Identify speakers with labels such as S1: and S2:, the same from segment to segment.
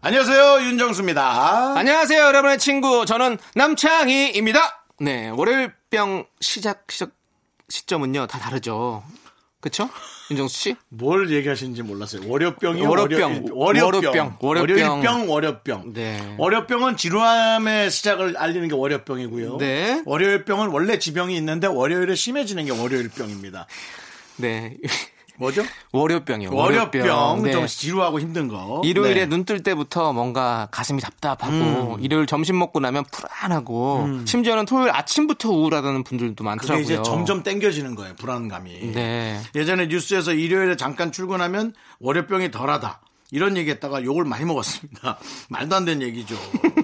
S1: 안녕하세요 윤정수입니다.
S2: 안녕하세요, 여러분의 친구. 저는 남창희입니다. 네, 월요일 병 시작, 시작 시점은요, 다 다르죠. 그쵸? 윤정수 씨?
S1: 뭘 얘기하시는지 몰랐어요. 월요병이
S2: 월요병.
S1: 월요병,
S2: 월요병,
S1: 월요병,
S2: 월요병.
S1: 월요병.
S2: 네.
S1: 월요병은 질환의 시작을 알리는 게 월요병이고요.
S2: 네.
S1: 월요일병은 원래 지병이 있는데 월요일에 심해지는 게 월요일병입니다.
S2: 네.
S1: 뭐죠?
S2: 월요병이요.
S1: 월요병,
S2: 네.
S1: 좀 지루하고 힘든 거.
S2: 일요일에
S1: 네. 음.
S2: 눈 뜰 때부터 뭔가 가슴이 답답하고 일요일 점심 먹고 나면 불안하고 심지어는 토요일 아침부터 우울하다는 분들도
S1: 그게
S2: 많더라고요.
S1: 이제 점점 땡겨지는 거예요. 불안감이.
S2: 네.
S1: 예전에 뉴스에서 일요일에 잠깐 출근하면 월요병이 덜하다. 이런 얘기했다가 욕을 많이 먹었습니다. 말도 안 되는 얘기죠.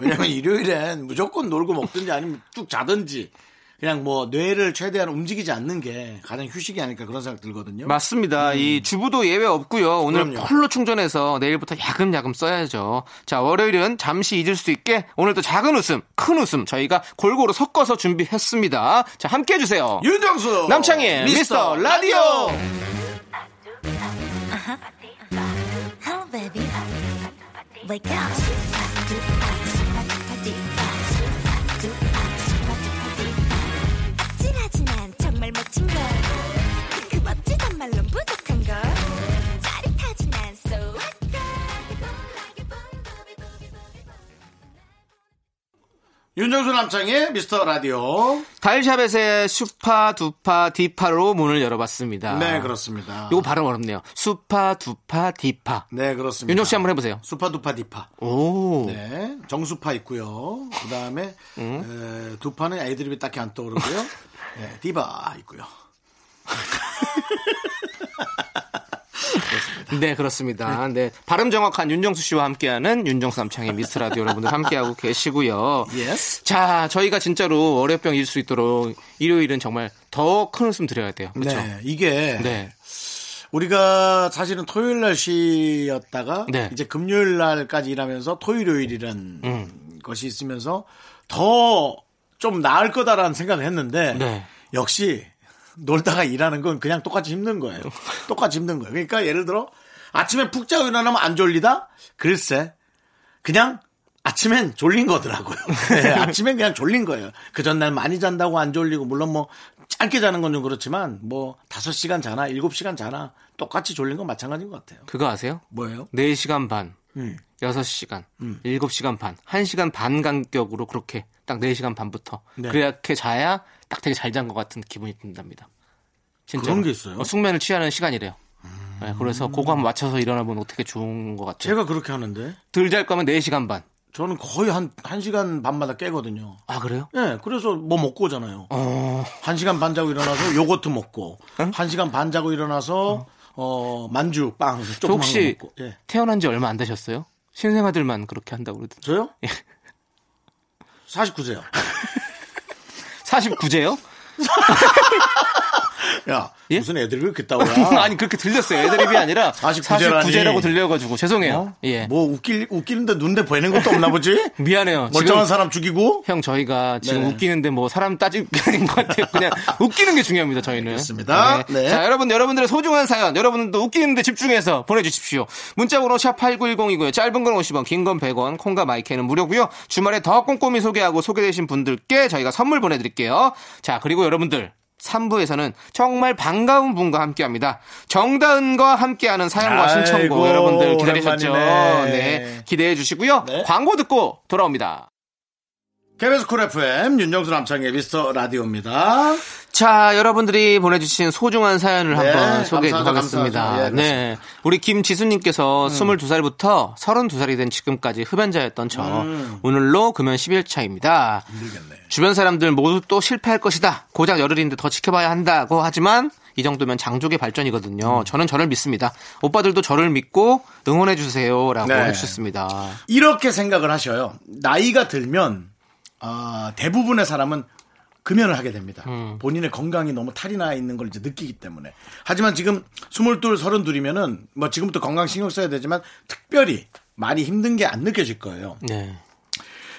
S1: 왜냐면 일요일엔 무조건 놀고 먹든지 아니면 쭉 자든지 그냥 뭐 뇌를 최대한 움직이지 않는 게 가장 휴식이 아닐까 그런 생각 들거든요.
S2: 맞습니다. 이 주부도 예외 없고요. 오늘
S1: 음. 그럼요.
S2: 콜로 충전해서 내일부터 야금야금 써야죠. 자, 월요일은 잠시 잊을 수 있게 오늘도 작은 웃음, 큰 웃음 저희가 골고루 섞어서 준비했습니다. 자, 함께 해주세요.
S1: 윤정수
S2: 남창희 미스터 라디오.
S3: Hello, Oh, baby. Wake up. 아찔하지만 정말 멋진 걸. 그 멋지단 말론 부족한 걸. 짜릿하지만 so what
S1: 윤정수 남창희 미스터 라디오.
S2: 달샵에서의 수파, 두파, 디파로 문을 열어봤습니다.
S1: 네 그렇습니다.
S2: 이거 발음 어렵네요. 수파, 두파, 디파.
S1: 네 그렇습니다.
S2: 윤정 씨 한번 해보세요.
S1: 수파두파 디파.
S2: 오.
S1: 네, 정수파 있고요. 그 다음에 두파는 애드립이 딱히 안 떠오르고요. 네, 디바 있고요.
S2: 네, 그렇습니다. 네. 발음 정확한 윤정수 씨와 함께하는 윤정수 남창의 미스 라디오 여러분들 함께하고 계시고요.
S1: Yes.
S2: 자, 저희가 진짜로 월요병 일 수 있도록 일요일은 정말 더 큰 웃음 드려야 돼요. 그렇죠?
S1: 네, 이게
S2: 네.
S1: 우리가 사실은 토요일 날 쉬었다가
S2: 네.
S1: 이제 금요일 날까지 일하면서 토요일요일이란 것이 있으면서 더 좀 나을 거다라는 생각을 했는데
S2: 네.
S1: 역시 놀다가 일하는 건 그냥 똑같이 힘든 거예요. 똑같이 힘든 거예요. 그러니까 예를 들어 아침에 푹 자고 일어나면 안 졸리다? 글쎄 그냥 아침엔 졸린 거더라고요. 네, 아침엔 그냥 졸린 거예요. 그 전날 많이 잔다고 안 졸리고, 물론 뭐, 짧게 자는 건 좀 그렇지만, 뭐, 5시간 자나, 7시간 자나, 똑같이 졸린 건 마찬가지인 것 같아요.
S2: 그거 아세요?
S1: 뭐예요?
S2: 4시간 반,
S1: 음.
S2: 6시간, 7시간 반, 1시간 반 간격으로 그렇게 딱 4시간 반부터
S1: 네.
S2: 그렇게 자야 딱 되게 잘 잔 것 같은 기분이 든답니다. 진짜
S1: 그런 게 있어요? 음.
S2: 숙면을 취하는 시간이래요. 네, 그래서 그거 한번 맞춰서 일어나면 어떻게 좋은 것 같아요.
S1: 제가 그렇게 하는데,
S2: 덜 잘 거면 4시간 반.
S1: 저는 거의 한, 1시간 반마다 깨거든요.
S2: 아, 그래요?
S1: 예, 그래서 뭐 먹고 오잖아요.
S2: 어.
S1: 한시간반 자고 일어나서 요거트 먹고, 한시간반 자고 일어나서, 어, 만주, 빵, 조그만
S2: 저
S1: 거
S2: 혹시
S1: 먹고. 예.
S2: 태어난 지 얼마 안 되셨어요? 신생아들만 그렇게 한다고 그러던데.
S1: 저요? 49세요.
S2: 49제요?
S1: 야,
S2: 예?
S1: 무슨 애들 그 그따구야.
S2: 아니, 그렇게 들렸어요. 애드립이 아니라
S1: 49제라니.
S2: 49제라고 들려가지고. 죄송해요. 예.
S1: 뭐 웃길 웃기는데 눈대 보이는 것도 없나 보지?
S2: 미안해요.
S1: 멀쩡한
S2: 지금
S1: 사람 죽이고
S2: 형, 저희가 지금
S1: 네네.
S2: 웃기는데 뭐 사람 따질 게 아닌 것 같아요. 그냥 웃기는 게 중요합니다, 저희는.
S1: 알겠습니다. 네.
S2: 자, 여러분, 여러분들의 소중한 사연, 여러분도 웃기는데 집중해서 보내주십시오. 문자번호 샵8910이고요. 짧은 건 50원, 긴 건 100원, 콩과 마이크는 무료고요. 주말에 더 꼼꼼히 소개하고 소개되신 분들께 저희가 선물 보내드릴게요. 자, 그리고 여러분들. 3부에서는 정말 반가운 분과 함께 합니다. 정다은과 함께하는 사연과
S1: 아이고,
S2: 신청곡 여러분들 기다리셨죠?
S1: 오랜만이네.
S2: 네. 기대해 주시고요.
S1: 네.
S2: 광고 듣고 돌아옵니다.
S1: KBS 쿨 FM 윤정수 남창의 미스터 라디오입니다.
S2: 자, 여러분들이 보내주신 소중한 사연을
S1: 네,
S2: 한번 소개해
S1: 감사하다,
S2: 드리겠습니다.
S1: 감사하다. 음. 예,
S2: 네. 우리 김지수님께서 22살부터 32살이 된 지금까지 흡연자였던 저.
S1: 음.
S2: 오늘로 금연 10일차입니다.
S1: 모르겠네.
S2: 주변 사람들 모두 또 실패할 것이다. 고작 열흘인데 더 지켜봐야 한다고 하지만 이 정도면 장족의 발전이거든요.
S1: 음.
S2: 저는 저를 믿습니다. 오빠들도 저를 믿고 응원해 주세요라고
S1: 네.
S2: 해주셨습니다.
S1: 이렇게 생각을 하셔요. 나이가 들면 아, 대부분의 사람은 금연을 하게 됩니다. 본인의 건강이 너무 탈이 나 있는 걸 이제 느끼기 때문에. 하지만 지금 22, 32이면은 뭐 지금부터 건강 신경 써야 되지만 특별히 많이 힘든 게 안 느껴질 거예요.
S2: 네.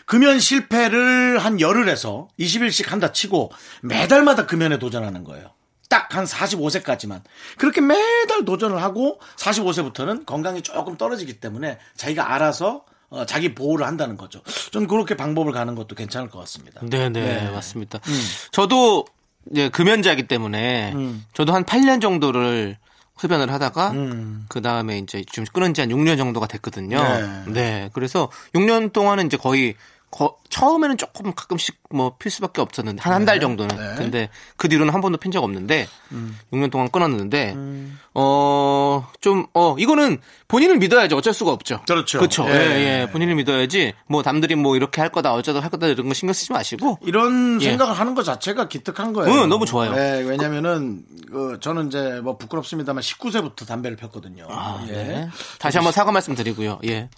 S1: 금연 실패를 한 열흘 해서 20일씩 한다 치고 매달마다 금연에 도전하는 거예요. 딱 한 45세까지만. 그렇게 매달 도전을 하고 45세부터는 건강이 조금 떨어지기 때문에 자기가 알아서 어, 자기 보호를 한다는 거죠. 전 그렇게 방법을 가는 것도 괜찮을 것 같습니다. 음.
S2: 네네 맞습니다. 저도 이제 금연자이기 때문에
S1: 음.
S2: 저도 한 8년 정도를 흡연을 하다가 그 다음에 이제 지금 끊은 지 한 6년 정도가 됐거든요.
S1: 네.
S2: 네. 그래서 6년 동안은 이제 거의 거- 처음에는 조금 가끔씩 뭐 필 수밖에 없었는데 한 한 달 정도는
S1: 네. 음.
S2: 근데 그 뒤로는 한 번도 핀 적 없는데 6년 동안 끊었는데 어 좀 어 이거는 본인을 믿어야지 어쩔 수가 없죠.
S1: 그렇죠.
S2: 그렇죠.
S1: 예.
S2: 예, 예. 본인을 믿어야지 뭐 남들이 뭐 이렇게 할 거다 어쩌다 할 거다 이런 거 신경 쓰지 마시고
S1: 이런
S2: 예.
S1: 생각을 하는 것 자체가 기특한 거예요.
S2: 응, 너무 좋아요.
S1: 네, 왜냐면은 그, 저는 이제 뭐 부끄럽습니다만 19세부터 담배를 폈거든요. 예.
S2: 네. 다시 한번 사과 말씀드리고요. 예.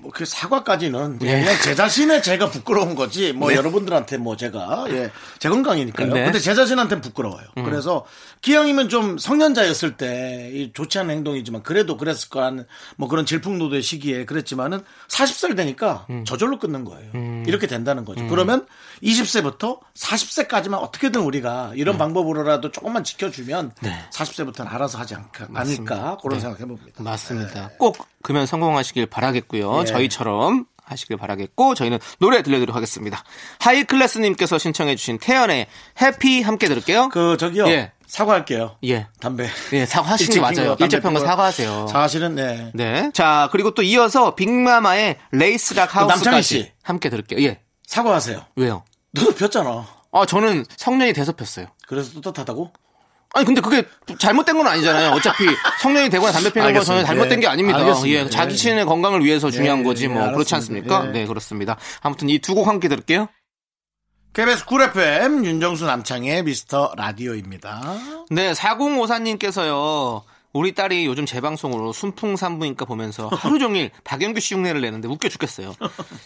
S1: 뭐 그 사과까지는
S2: 예.
S1: 그냥 제 자신의 제가 부끄러운 거지 뭐 여러분들한테 뭐 제가 예, 제 건강이니까요.
S2: 네. 음.
S1: 근데 제 자신한테는 부끄러워요. 그래서 기왕이면 좀 성년자였을 때이 좋지 않은 행동이지만 그래도 그랬을 거 하는 뭐 그런 질풍노도의 시기에 그랬지만은 40살 되니까
S2: 음.
S1: 저절로 끊는 거예요. 이렇게 된다는 거죠. 그러면 20세부터 40세까지만 어떻게든 우리가 이런
S2: 음.
S1: 방법으로라도 조금만 지켜주면
S2: 네.
S1: 40세부터는 알아서 하지 않을까, 않을까 그런 생각 해봅니다. 네.
S2: 맞습니다. 꼭 금연 성공하시길
S1: 예.
S2: 바라겠고요. 저희처럼 하시길 바라겠고 저희는 노래 들려드리도록 하겠습니다. 하이클래스님께서 신청해주신 태연의 해피 함께 들을게요.
S1: 그 저기요
S2: 예.
S1: 사과할게요.
S2: 예.
S1: 담배.
S2: 예, 사과하시는
S1: 일찍
S2: 게
S1: 핀 거,
S2: 맞아요.
S1: 담배
S2: 일제평가
S1: 핀 거.
S2: 사과하세요.
S1: 사실은 네.
S2: 네. 자 그리고 또 이어서 빅마마의 레이스락
S1: 그 남창희 씨.
S2: 하우스까지 함께 들을게요. 예.
S1: 사과하세요.
S2: 왜요?
S1: 너도 폈잖아.
S2: 아 저는 성년이 돼서 폈어요.
S1: 그래서 떳떳하다고?
S2: 아니 근데 그게 잘못된 건 아니잖아요. 어차피 성년이 되거나 담배 피는 건
S1: 알겠습니다.
S2: 전혀 잘못된 게
S1: 예,
S2: 아닙니다.
S1: 알겠습니다.
S2: 예, 자기 자신의 건강을 위해서 중요한
S1: 예,
S2: 거지
S1: 예,
S2: 뭐 그렇지
S1: 알았습니다.
S2: 않습니까?
S1: 예.
S2: 네 그렇습니다. 아무튼 이 두 곡 함께 들을게요.
S1: KBS 쿨 FM 윤정수 남창의 미스터 라디오입니다.
S2: 네 4054님께서요. 우리 딸이 요즘 재방송으로 순풍산부인과 보면서 하루 종일 박영규 씨 흉내를 내는데 웃겨 죽겠어요.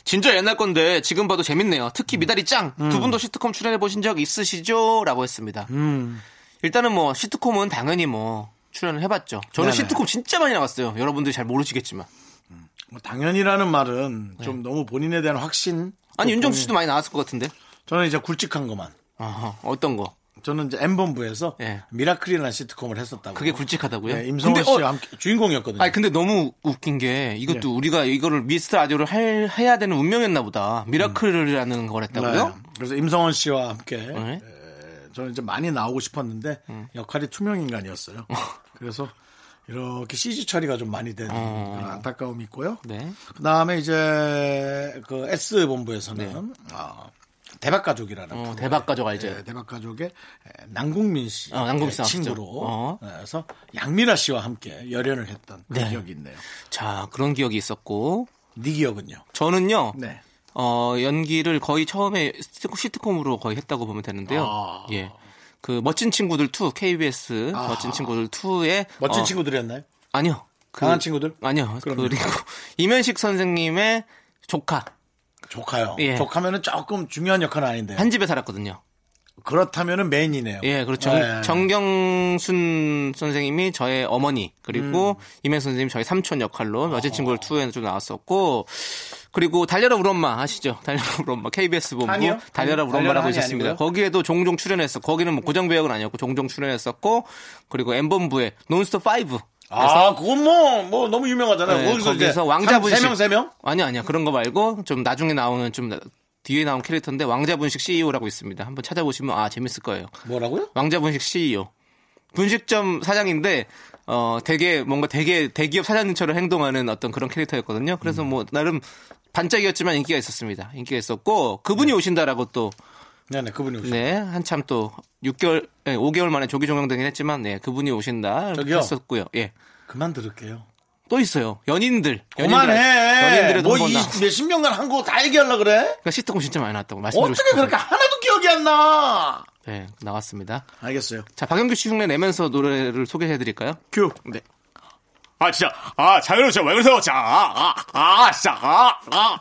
S2: 진짜 옛날 건데 지금 봐도 재밌네요. 특히 미달이 짱!
S1: 음.
S2: 두 분도 시트콤 출연해 보신 적 있으시죠? 라고 했습니다.
S1: 음.
S2: 일단은 뭐 시트콤은 당연히 뭐 출연을 해봤죠. 저는
S1: 네네.
S2: 시트콤 진짜 많이 나갔어요. 여러분들이 잘 모르시겠지만.
S1: 뭐 당연이라는 말은 좀 너무 본인에 대한 확신.
S2: 네. 아니
S1: 또
S2: 윤정수
S1: 본인-
S2: 씨도 많이 나왔을 것 같은데.
S1: 저는 이제 굵직한 것만.
S2: 어허, 어떤 거?
S1: 저는 이제 M본부에서
S2: 예.
S1: 미라클이라는 시트콤을 했었다고.
S2: 그게 굵직하다고요?
S1: 네, 임성원
S2: 근데,
S1: 씨와
S2: 어,
S1: 함께 주인공이었거든요.
S2: 아니 근데 너무 웃긴 게 이것도
S1: 예.
S2: 우리가 이거를 미스터 라디오를 할, 해야 되는 운명이었나 보다. 미라클이라는 걸 했다고요?
S1: 네. 그래서 임성원 씨와 함께
S2: 네. 음.
S1: 저는 이제 많이 나오고 싶었는데 역할이 투명 인간이었어요. 그래서 이렇게 CG 처리가 좀 많이 된 그런 안타까움이 있고요.
S2: 음. 네.
S1: 그 다음에 이제 그 S 본부에서는 아, 대박 가족이라는
S2: 네. 어,
S1: 프로그램.
S2: 대박 가족 알죠?
S1: 예, 대박 가족의 에, 남궁민 씨
S2: 어, 남궁민 씨
S1: 예,
S2: 나왔죠.
S1: 친구로
S2: 어.
S1: 해서 양미라 씨와 함께 열연을 했던 그 기억이 있네요.
S2: 자 그런 기억이 있었고
S1: 네 기억은요?
S2: 저는요.
S1: 네.
S2: 어, 연기를 거의 처음에 시트콤- 시트콤으로 거의 했다고 보면 되는데요.
S1: 아.
S2: 예. 그 멋진 친구들 2 KBS
S1: 아하.
S2: 멋진 친구들 2에 어,
S1: 멋진 친구들이었나요?
S2: 아니요. 그-
S1: 강한 친구들?
S2: 아니요. 그
S1: 그럼요.
S2: 리고 이면식 선생님의 조카
S1: 조카요.
S2: 예.
S1: 조카면은 조금 중요한 역할은 아닌데.
S2: 한 집에 살았거든요.
S1: 그렇다면은 메인이네요.
S2: 예, 그렇죠.
S1: 네.
S2: 정경순 선생님이 저의 어머니 그리고
S1: 음.
S2: 이면 선생님 이 저희 삼촌 역할로 여자친구를 투에 좀 나왔었고 그리고 달려라 우리 엄마 아시죠? 달려라 우리 엄마 KBS 본부
S1: 아니요.
S2: 달려라 우리
S1: 달려라
S2: 엄마라고
S1: 한이
S2: 있었습니다.
S1: 아니고요?
S2: 거기에도 종종 출연했어. 거기는 뭐 고정 배역은 아니었고 종종 출연했었고 그리고 M 본부의 논스톱 5
S1: 아, 그건 뭐, 뭐, 너무 유명하잖아요.
S2: 네,
S1: 거기서, 이제
S2: 거기서 왕자분식
S1: 세명 세 명?
S2: 아니 아니야 그런 거 말고 좀 나중에 나오는 좀 나- 뒤에 나온 캐릭터인데 왕자분식 CEO라고 있습니다. 한번 찾아보시면 아 재밌을 거예요.
S1: 뭐라고요?
S2: 왕자분식 CEO. 분식점 사장인데 어 되게 뭔가 되게 대기업 사장님처럼 행동하는 어떤 그런 캐릭터였거든요.
S1: 음.
S2: 그래서 뭐 나름 반짝이었지만 인기가 있었습니다. 인기가 있었고 그분이 오신다라고
S1: 네. 네네, 그분이 오셨어요.
S2: 또 네 한참 또 6개월 네, 5개월 만에 조기 종영되긴 했지만 네 그분이 오신다
S1: 저기요.
S2: 했었고요. 예.
S1: 그만 들을게요.
S2: 또 있어요. 연인들.
S1: 그만해.
S2: 연인들의
S1: 뭐,
S2: 돈번다.
S1: 이- 몇십 년간 한 거 다 얘기하려고 그래?
S2: 그러니까 시트콤 진짜 많이 나왔다고 말씀드리고
S1: 어떻게
S2: 싶어요.
S1: 그렇게 하나도 기억이 안 나?
S2: 네, 나왔습니다.
S1: 알겠어요.
S2: 자, 박영규 씨 흉내 내면서 노래를 소개해드릴까요?
S1: 큐.
S2: 네.
S4: 아 진짜 아 장현우 씨왜 그러세요? 자, 아, 아, 아, 진짜 아, 아.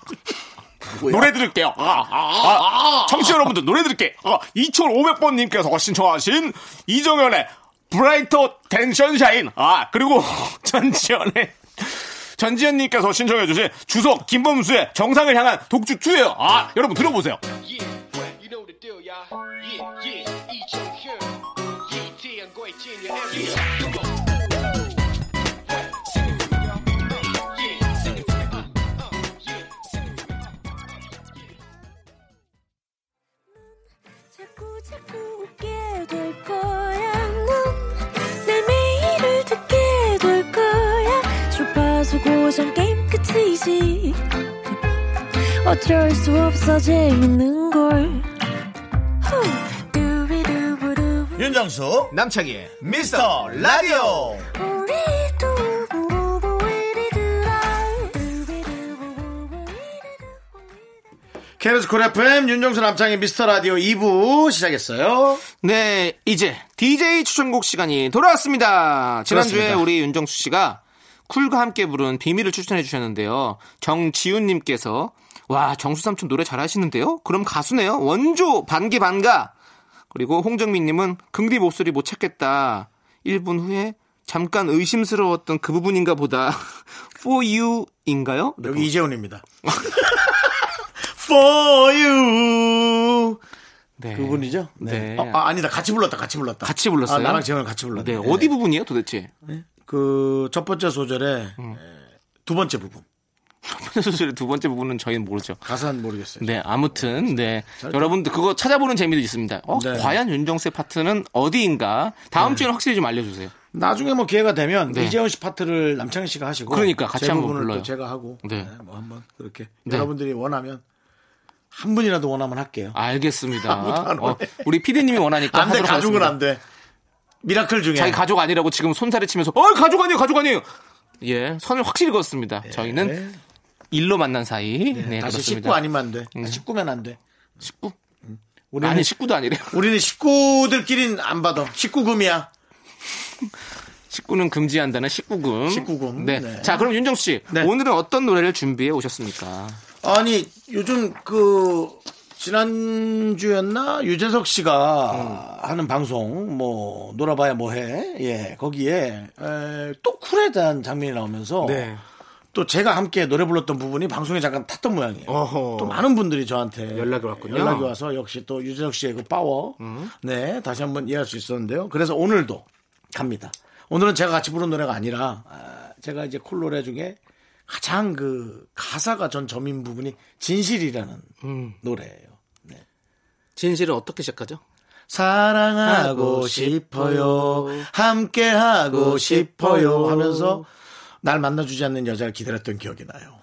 S1: 뭐야?
S4: 노래 들을게요. 아, 아, 아, 아. 청취자 여러분들 노래 들을게. 요 2,500번님께서 신청하신 이정현의 브라이터 텐션 샤인. 아 그리고 전지현의 전지현님께서 신청해주신 주석 김범수의 정상을 향한 독주투예요. 아 여러분 들어보세요.
S5: Yeah, you know the deal, y'all. Yeah, yeah, each on here. Yeah, T and Goy T in your area. Come on. Hey, sing it for me, y'all. Uh, yeah, sing it for me. Uh, uh, yeah, sing it for me. Uh, uh, yeah.
S3: 자꾸 자꾸 웃게 될 거야. 넌내 매일을 듣게 될 거야. 주파수 고정 게임 끝이지. 어쩔 수 없어 재밌는 걸. 후. 두비두부두부.
S6: 윤정수 남창희의 미스터 라디오
S3: 우리 두부부부 우리들아. 두비두부부부 우리들아.
S1: KBS 쿨 FM 윤정수 남창의 미스터 라디오 2부 시작했어요.
S2: 네, 이제 DJ 추천곡 시간이 돌아왔습니다. 지난주에
S1: 그렇습니다.
S2: 우리 윤정수 씨가 쿨과 함께 부른 비밀을 추천해 주셨는데요. 정지훈님께서 와 정수 삼촌 노래 잘하시는데요? 그럼 가수네요. 원조 반기 반가. 그리고 홍정민님은 긍디 목소리 못 찾겠다. 1분 후에 잠깐 의심스러웠던 그 부분인가 보다. For you인가요?
S1: 여기 이재훈입니다. For you.
S2: 네.
S1: 그분이죠?
S2: 네.
S1: 아, 아, 아니다. 같이 불렀다. 같이 불렀다.
S2: 같이 불렀어요.
S1: 아, 나랑 재훈이 같이 불렀다.
S2: 네, 어디 부분이에요 도대체?
S1: 그 첫 번째 소절에
S2: 음.
S1: 에, 두 번째 부분.
S2: 소설의 두 번째 부분은 저희는 모르죠.
S1: 가사는 모르겠어요.
S2: 네, 아무튼 네 여러분들 그거 찾아보는 재미도 있습니다. 어,
S1: 네.
S2: 과연 윤정수의 파트는 어디인가? 다음 주에는 확실히 좀 알려주세요.
S1: 나중에 뭐 기회가 되면
S2: 네.
S1: 이재훈 씨 파트를 남창희 씨가 하시고
S2: 그러니까 같이
S1: 제
S2: 한번
S1: 부분을
S2: 불러요.
S1: 또 제가 하고
S2: 네.
S1: 네. 뭐 한번 그렇게
S2: 네.
S1: 여러분들이 원하면 한 분이라도 원하면 할게요.
S2: 알겠습니다.
S1: 안
S2: 어, 우리 피디님이 원하니까
S1: 안 돼.
S2: 아, 하도록
S1: 가족은
S2: 하겠습니다.
S1: 안 돼. 미라클 중에
S2: 자기 가족 아니라고 지금 손살을 치면서 어 가족 아니에요, 가족 아니에요. 예, 선을 확실히 그었습니다. 저희는
S1: 네.
S2: 일로 만난 사이. 네,
S1: 다시
S2: 그렇습니다.
S1: 식구 아니면 안 돼. 식구면 안 돼.
S2: 식구?
S1: 우리는
S2: 아니 식구도 아니래요.
S1: 우리는 식구들끼린 안 받아. 식구금이야.
S2: 식구는 금지한다는 식구금.
S1: 식구금.
S2: 네.
S1: 네.
S2: 자, 그럼 윤정수 씨
S1: 네.
S2: 오늘은 어떤 노래를 준비해 오셨습니까?
S1: 아니 요즘 그 지난주였나 유재석 씨가 하는 방송 뭐 놀아봐야 뭐해 예 거기에 에, 또 쿨에 대한 장면이 나오면서 또 제가 함께 노래 불렀던 부분이 방송에 잠깐 탔던 모양이에요.
S2: 어허.
S1: 또 많은 분들이 저한테
S2: 연락이 왔군요. 음.
S1: 연락이 와서 역시 또 유재석 씨의 그 파워 네 다시 한번 이해할 수 있었는데요. 그래서 오늘도 갑니다. 오늘은 제가 같이 부른 노래가 아니라 아, 제가 이제 콜 노래 중에 가장 그 가사가 전 점인 부분이 진실이라는
S2: 음.
S1: 노래예요.
S2: 진실을 어떻게 시작하죠?
S1: 사랑하고 싶어요. 함께 하고 싶어요. 하면서 날 만나주지 않는 여자를 기다렸던 기억이 나요.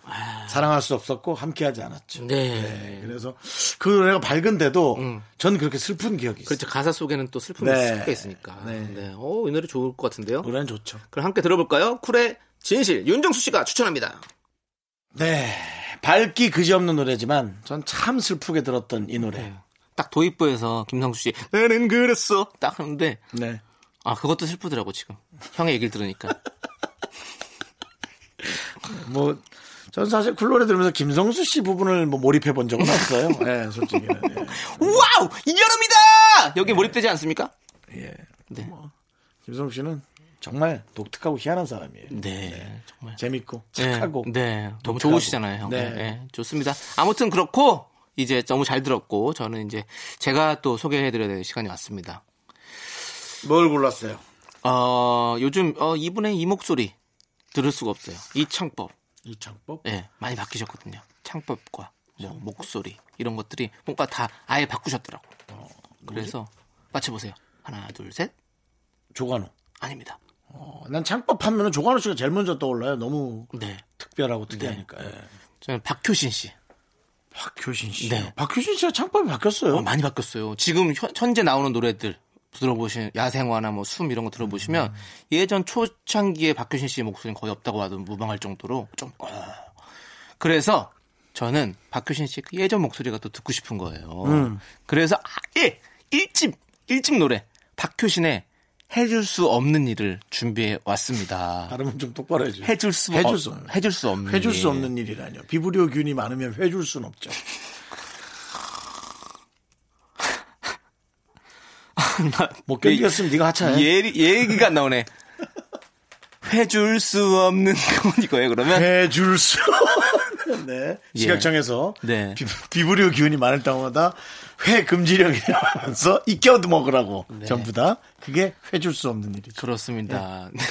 S1: 사랑할 수 없었고 함께하지 않았죠.
S2: 네.
S1: 아. 네, 그래서 그 노래가 밝은데도 저는 그렇게 슬픈 기억이 있어요.
S2: 그렇죠. 가사 속에는 또 슬픔이
S1: 네.
S2: 섞여 있으니까.
S1: 네.
S2: 네. 어, 이 노래 좋을 것 같은데요.
S1: 노래는 좋죠.
S2: 그럼 함께 들어볼까요? 쿨의 진실. 윤정수 씨가 추천합니다.
S1: 네. 밝기 그지없는 노래지만 전 참 슬프게 들었던 이 노래.
S2: 네. 딱 도입부에서 김상수 씨, 나는 그랬어. 딱 하는데,
S1: 네.
S2: 아, 그것도 슬프더라고, 지금. 형의 얘기를 들으니까.
S1: 뭐, 전 사실 쿨노래 들으면서 김성수 씨 부분을 뭐 몰입해 본 적은 없어요. 네, 솔직히. 네.
S2: 와우! 이 여름이다! 여기 몰입되지 않습니까?
S1: 예.
S2: 네.
S1: 뭐, 김성욱 씨는 정말 독특하고 희한한 사람이에요.
S2: 네, 정말.
S1: 재밌고 착하고.
S2: 네, 네. 너무
S1: 독특하고.
S2: 좋으시잖아요, 형.
S1: 네.
S2: 네. 좋습니다. 아무튼 그렇고, 이제 너무 잘 들었고, 저는 이제 제가 또 소개해드려야 될 시간이 왔습니다.
S1: 뭘 골랐어요?
S2: 어, 요즘 어, 이분의 이 목소리 들을 수가 없어요. 이 창법.
S1: 이창법.
S2: 예, 많이 바뀌셨거든요. 창법과 뭐 목소리 이런 것들이 뭔가 다 아예 바꾸셨더라고. 그래서 맞춰 보세요. 하나, 둘, 셋.
S1: 조관호.
S2: 아닙니다.
S1: 어, 난 창법 하면은 조관호 씨가 제일 먼저 떠올라요. 너무
S2: 네.
S1: 특별하고 특이하니까. 예.
S2: 저는 박효신 씨.
S1: 박효신 씨.
S2: 네.
S1: 박효신 씨가 창법이 바뀌었어요.
S2: 어, 많이 바뀌었어요. 지금 현- 현재 나오는 노래들 들어보신 야생화나 뭐 숨 이런 거
S1: 음.
S2: 들어보시면 예전 초창기에 박효신 씨의 목소리는 거의 없다고 봐도 무방할 정도로 좀 어. 그래서 그
S1: 음.
S2: 저는 박효신 씨그 예전 목소리가 또 듣고 싶은 거예요. 그래서 아예 일집 1집 노래 박효신의 해줄 수 없는 일을 준비해 왔습니다.
S1: 발음은 좀 똑바로 해줘.
S2: 해줄 수
S1: 해줄 네.
S2: 어-
S1: 수 없는.
S2: 해줄 수 없는
S1: 해줄
S2: 일.
S1: 수 없는 일이라뇨. 비브리오균이 많으면 해줄 수는 없죠. 못 견디었으면 네가 하차해.
S2: 예, 얘기가 안 나오네. 해줄 수 없는 건 이거예요. 그러면
S1: 해줄 수 없는. 네.
S2: 예.
S1: 시각청에서
S2: 네.
S1: 비, 비브리오 기운이 많을 때마다 회 금지령이라면서 익혀도 먹으라고
S2: 네.
S1: 전부 다 그게 해줄 수 없는 일이죠.
S2: 그렇습니다. 네.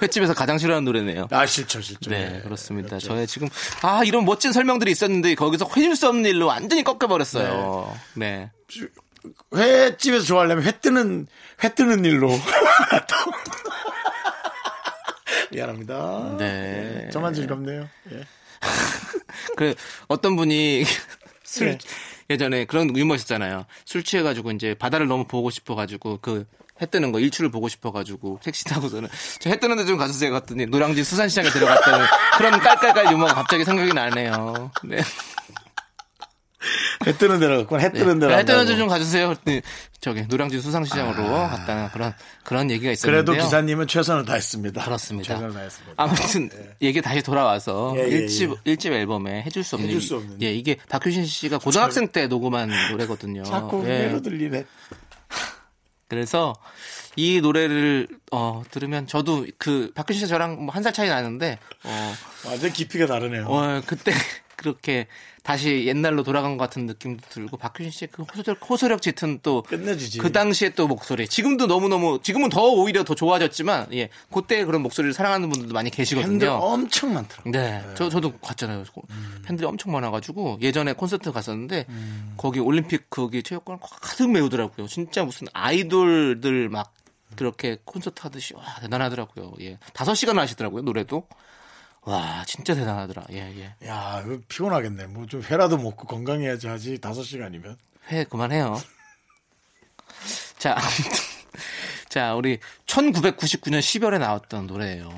S2: 횟집에서 가장 싫어하는 노래네요.
S1: 아 실죠 실죠.
S2: 네, 그렇습니다. 저의 지금 아 이런 멋진 설명들이 있었는데 거기서 해줄 수 없는 일로 완전히 꺾여버렸어요. 네.
S1: 회집에서 좋아하려면 회 뜨는 회 뜨는 일로. 미안합니다.
S2: 네.
S1: 예, 저만 즐겁네요. 예.
S2: 그 어떤 분이 술
S1: 예.
S2: 예전에 그런 유머 있었잖아요. 술 취해가지고 이제 바다를 너무 보고 싶어가지고 그 해 뜨는 거 일출을 보고 싶어가지고 택시 타고서는 저 해 뜨는데 좀 가주세요 갔더니 노량진 수산시장에 들어갔다는 그런 깔깔깔 유머가 갑자기 생각이 나네요. 네.
S1: 회 뜨는 데로 갔고 해 뜨는 데로.
S2: 해 네. 뜨는
S1: 간다고.
S2: 데좀 가주세요. 그랬더니 저기 노량진 수산시장으로 갔다는 그런 그런 얘기가 있었는데요.
S1: 아. 그래도 기사님은 최선을 다했습니다.
S2: 그렇습니다.
S1: 최선을 다했습니다.
S2: 아무튼 얘기 다시 돌아와서
S1: 네. 예, 예,
S2: 일집일집 앨범에 해줄 수 없는
S1: 해줄 수 없는
S2: 예 이게 박효신 씨가 고등학생 때 녹음한 노래거든요.
S1: 자꾸
S2: 예.
S1: 회로 들리네.
S2: 그래서 이 노래를 어 들으면 저도 그 박효신 씨 저랑 한 살 차이 나는데 어,
S1: 완전 깊이가 다르네요.
S2: 어, 그때 그렇게 다시 옛날로 돌아간 것 같은 느낌도 들고 박효신 씨의 그 호소력, 호소력 짙은 또
S1: 끝내주지.
S2: 그 당시에 또 목소리 지금도 너무너무 지금은 더 오히려 더 좋아졌지만 예 그때 그런 목소리를 사랑하는 분들도 많이 계시거든요.
S1: 팬들 어, 엄청 많더라고요.
S2: 네. 저, 저도 갔잖아요.
S1: 음.
S2: 팬들이 엄청 많아가지고 예전에 콘서트 갔었는데 거기 올림픽 거기 체육관 가득 메우더라고요. 진짜 무슨 아이돌들 막 그렇게 콘서트 하듯이 와 대단하더라고요. 예. 다섯 시간 하시더라고요 노래도. 와 진짜 대단하더라. 예예.
S1: 야, 이거 피곤하겠네. 뭐 좀 회라도 먹고 건강해야지 하지. 다섯 시간이면.
S2: 회 그만해요. 자 아무튼 자 우리 1999년 10월에 나왔던 노래예요.